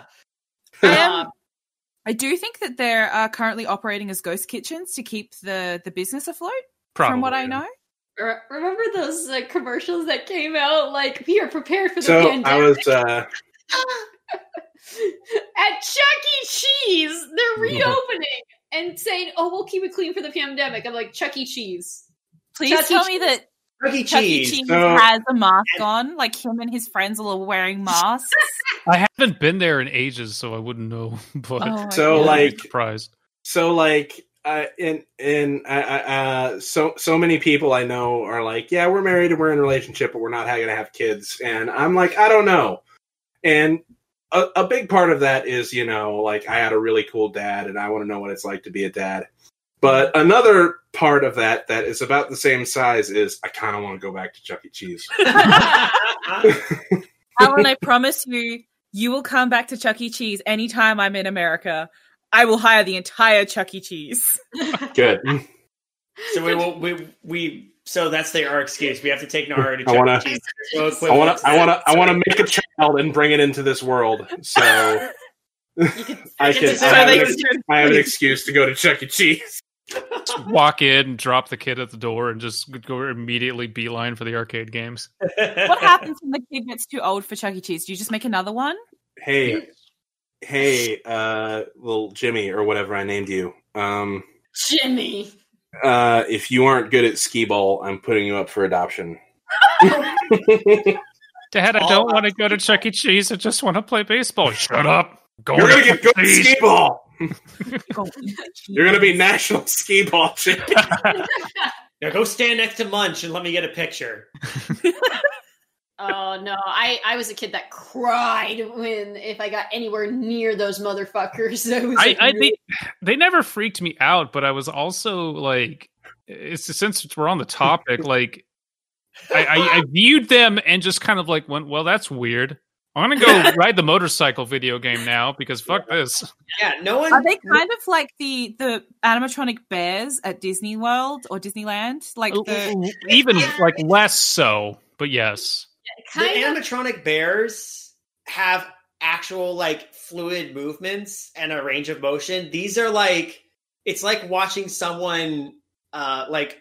[SPEAKER 1] am. I do think that they're uh, currently operating as ghost kitchens to keep the, the business afloat,
[SPEAKER 2] Probably.
[SPEAKER 1] from what I know.
[SPEAKER 3] Re- remember those like commercials that came out like we are prepared for the
[SPEAKER 5] so
[SPEAKER 3] pandemic.
[SPEAKER 5] I was. Uh,
[SPEAKER 3] At Chuck E. Cheese, they're reopening and saying, "Oh, we'll keep it clean for the pandemic." I'm like Chuck E. Cheese.
[SPEAKER 1] Please
[SPEAKER 3] Chuck E.
[SPEAKER 1] tell me that
[SPEAKER 4] Chuck E.
[SPEAKER 1] Chuck E.
[SPEAKER 4] Cheese.
[SPEAKER 1] Cheese
[SPEAKER 5] so-
[SPEAKER 1] has a mask on, like him and his friends are all wearing masks.
[SPEAKER 2] I haven't been there in ages, so I wouldn't know. But
[SPEAKER 1] Oh my
[SPEAKER 5] So,
[SPEAKER 1] God.
[SPEAKER 2] I'd be
[SPEAKER 5] like-
[SPEAKER 2] surprised.
[SPEAKER 5] so like uh, in in uh, uh, so so many people I know are like, yeah, we're married and we're in a relationship, but we're not going to have kids. And I'm like, I don't know. And a, a big part of that is, you know, like I had a really cool dad, and I want to know what it's like to be a dad. But another part of that that is about the same size is I kind of want to go back to Chuck E. Cheese.
[SPEAKER 4] Uh,
[SPEAKER 1] Alan, I promise you, you will come back to Chuck E. Cheese anytime I'm in America. I will hire the entire Chuck E. Cheese.
[SPEAKER 5] Good.
[SPEAKER 4] so we will we we so that's the, our excuse. We have to take Nara to
[SPEAKER 5] I wanna-
[SPEAKER 4] Chuck E. Cheese. We'll equip
[SPEAKER 5] I want
[SPEAKER 4] it.
[SPEAKER 5] to. I want to. I want to make a child and bring it into this world. So I
[SPEAKER 4] It's
[SPEAKER 5] can.
[SPEAKER 4] just
[SPEAKER 5] I
[SPEAKER 4] so
[SPEAKER 5] have
[SPEAKER 4] they
[SPEAKER 5] an
[SPEAKER 4] can-
[SPEAKER 5] I have an excuse to go to Chuck E. Cheese.
[SPEAKER 2] Just walk in, and drop the kid at the door, and just go immediately beeline for the arcade games.
[SPEAKER 1] What happens when the kid gets too old for Chuck E. Cheese? Do you just make another one?
[SPEAKER 5] Hey, hey, uh, little Jimmy or whatever I named you. Um,
[SPEAKER 3] Jimmy.
[SPEAKER 5] uh, if you aren't good at skee ball, I'm putting you up for adoption.
[SPEAKER 2] Dad, I
[SPEAKER 4] All
[SPEAKER 2] don't
[SPEAKER 4] about
[SPEAKER 2] want to go to Chuck E. Cheese. I just want to play baseball. Shut up. Go
[SPEAKER 5] You're gonna
[SPEAKER 2] to E.
[SPEAKER 5] get good at
[SPEAKER 2] Cheese.
[SPEAKER 5] skee ball.
[SPEAKER 1] Go- E.
[SPEAKER 5] You're gonna be national skee ball champion.
[SPEAKER 4] Now go stand next to Munch and let me get a picture.
[SPEAKER 3] Oh no, I I was a kid that cried when if I got anywhere near those motherfuckers. I was
[SPEAKER 2] I,
[SPEAKER 3] like,
[SPEAKER 2] I think they never freaked me out, but I was also like, it's since we're on the topic, like I, I, I viewed them and just kind of like went, well, that's weird. I'm gonna go ride the motorcycle video game now because fuck this.
[SPEAKER 4] Yeah, no one.
[SPEAKER 1] Are they kind of like the the animatronic bears at Disney World or Disneyland? Like the oh
[SPEAKER 2] Even like less so, but yes.
[SPEAKER 4] the
[SPEAKER 3] kind of
[SPEAKER 4] animatronic bears have actual like fluid movements and a range of motion. These are like it's like watching someone uh like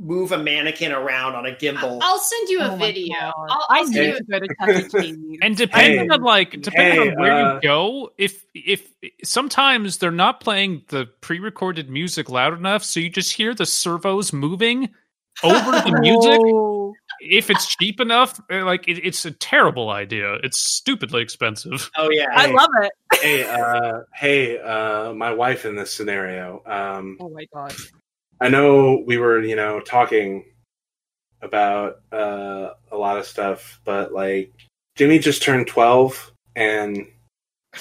[SPEAKER 4] move a mannequin around on a gimbal.
[SPEAKER 3] I'll send you
[SPEAKER 1] Oh
[SPEAKER 3] a
[SPEAKER 1] my
[SPEAKER 3] video.
[SPEAKER 1] God.
[SPEAKER 3] I'll,
[SPEAKER 1] I
[SPEAKER 3] I'll send
[SPEAKER 1] need
[SPEAKER 3] you
[SPEAKER 1] to go to Chuck E. Cheese.
[SPEAKER 2] And depending
[SPEAKER 5] Hey.
[SPEAKER 2] on like depending
[SPEAKER 5] Hey,
[SPEAKER 2] on where
[SPEAKER 5] uh,
[SPEAKER 2] you go, if if sometimes they're not playing the pre-recorded music loud enough, so you just hear the servos moving over the music.
[SPEAKER 1] Oh.
[SPEAKER 2] If it's cheap eh, enough, uh, like it, it's a terrible idea. It's stupidly expensive.
[SPEAKER 4] Oh yeah.
[SPEAKER 1] I love it.
[SPEAKER 5] hey, uh, hey, uh, my wife in this scenario. Um,
[SPEAKER 1] Oh my god.
[SPEAKER 5] I know we were, you know, talking about uh, a lot of stuff, but like Jimmy just turned 12 and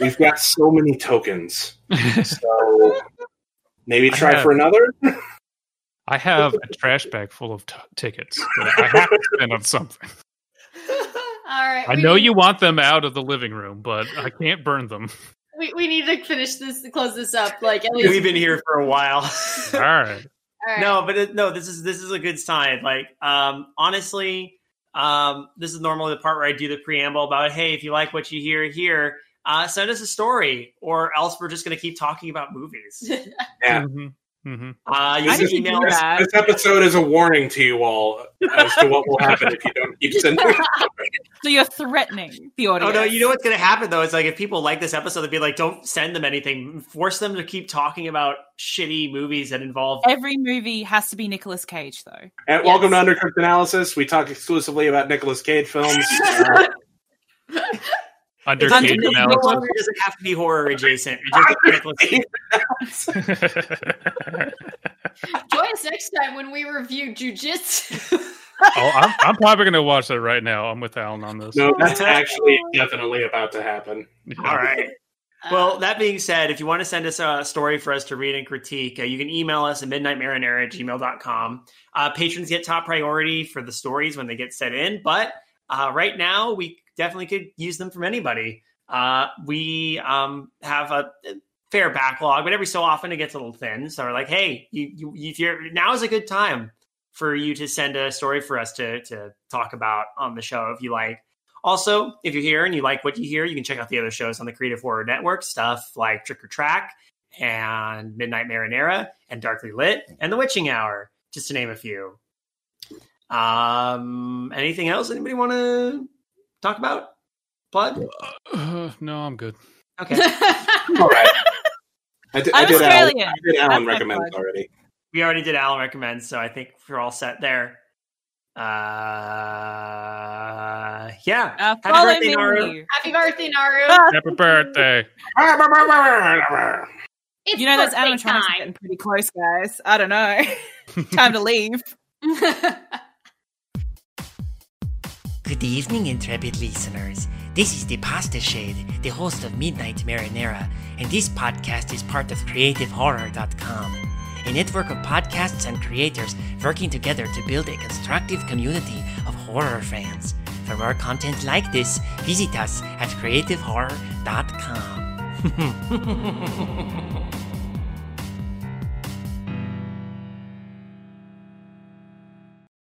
[SPEAKER 5] we've got so many tokens. So maybe
[SPEAKER 2] I
[SPEAKER 5] try
[SPEAKER 2] have-
[SPEAKER 5] for another?
[SPEAKER 2] I have a trash bag full of t- tickets that I have to spend on something.
[SPEAKER 3] All right.
[SPEAKER 2] I
[SPEAKER 3] we
[SPEAKER 2] know
[SPEAKER 3] need-
[SPEAKER 2] you want them out of the living room, but I can't burn them.
[SPEAKER 3] We, we need to finish this, close this up. Like at least.
[SPEAKER 4] We've been here for a while.
[SPEAKER 2] All right.
[SPEAKER 3] all right.
[SPEAKER 4] no, but it, no, this is this is a good sign. Like, um, honestly, um, this is normally the part where I do the preamble about, hey, if you like what you hear here, uh, send us a story, or else we're just going to keep talking about movies.
[SPEAKER 5] Yeah.
[SPEAKER 2] Mhm. Mhm.
[SPEAKER 4] Uh, you
[SPEAKER 1] I
[SPEAKER 4] can
[SPEAKER 1] didn't
[SPEAKER 4] email
[SPEAKER 1] do
[SPEAKER 4] us.
[SPEAKER 1] that.
[SPEAKER 5] This episode is a warning to you all as to what will happen if you don't keep sending.
[SPEAKER 1] So you're threatening the
[SPEAKER 4] Oh
[SPEAKER 1] audience.
[SPEAKER 4] no! You know what's going to happen though? It's like if people like this episode, they'd be like, "Don't send them anything. Force them to keep talking about shitty movies that involve."
[SPEAKER 1] Every movie has to be Nicolas Cage, though.
[SPEAKER 5] At Welcome to Undercooked Analysis, we talk exclusively about Nicolas Cage films. Uh,
[SPEAKER 2] Under
[SPEAKER 4] It's not-
[SPEAKER 2] Cage
[SPEAKER 4] it no
[SPEAKER 2] analysis.
[SPEAKER 4] longer doesn't have to be horror adjacent. It just Nicolas Cage.
[SPEAKER 3] Join us next time when we review jujitsu.
[SPEAKER 2] oh, I'm, I'm probably going to watch that right now. I'm with Alan on this.
[SPEAKER 5] no, that's actually definitely about to happen.
[SPEAKER 2] Yeah.
[SPEAKER 4] All right.
[SPEAKER 3] Uh,
[SPEAKER 4] Well, that being said, if you want to send us a story for us to read and critique, uh, you can email us at midnightmarinara at gmail.com. Uh, patrons get top priority for the stories when they get set in, but uh, right now we definitely could use them from anybody. Uh, we um, have a fair backlog, but every so often it gets a little thin. So we're like, hey, you, you, if you're now is a good time for you to send a story for us to to talk about on the show if you like. Also, if you're here and you like what you hear, you can check out the other shows on the Creative Horror Network, stuff like Trick or Track and Midnight Marinera and Darkly Lit and The Witching Hour, just to name a few. Um, anything else anybody want to talk about? Plug?
[SPEAKER 2] Uh, no, I'm good.
[SPEAKER 4] Okay.
[SPEAKER 5] All right. I did, I
[SPEAKER 1] I'm
[SPEAKER 5] did Alan,
[SPEAKER 1] Australian.
[SPEAKER 5] I did Alan
[SPEAKER 1] That's my
[SPEAKER 5] recommends
[SPEAKER 1] plug.
[SPEAKER 5] already.
[SPEAKER 4] we already did Alan recommends, so I think we're all set there. Uh, yeah.
[SPEAKER 1] Uh,
[SPEAKER 4] Happy
[SPEAKER 1] follow
[SPEAKER 4] birthday, Naru.
[SPEAKER 1] me.
[SPEAKER 3] Happy birthday, Naru.
[SPEAKER 2] Happy birthday.
[SPEAKER 3] It's
[SPEAKER 1] you know those
[SPEAKER 3] birthday
[SPEAKER 1] animatronics are getting pretty close, guys. I don't know. Time to leave.
[SPEAKER 3] time.
[SPEAKER 7] Good evening, intrepid listeners. This is the Pasta Shade, the host of Midnight Marinera, and this podcast is part of CreativeHorror.com, a network of podcasts and creators working together to build a constructive community of horror fans. For more content like this, visit us at CreativeHorror.com.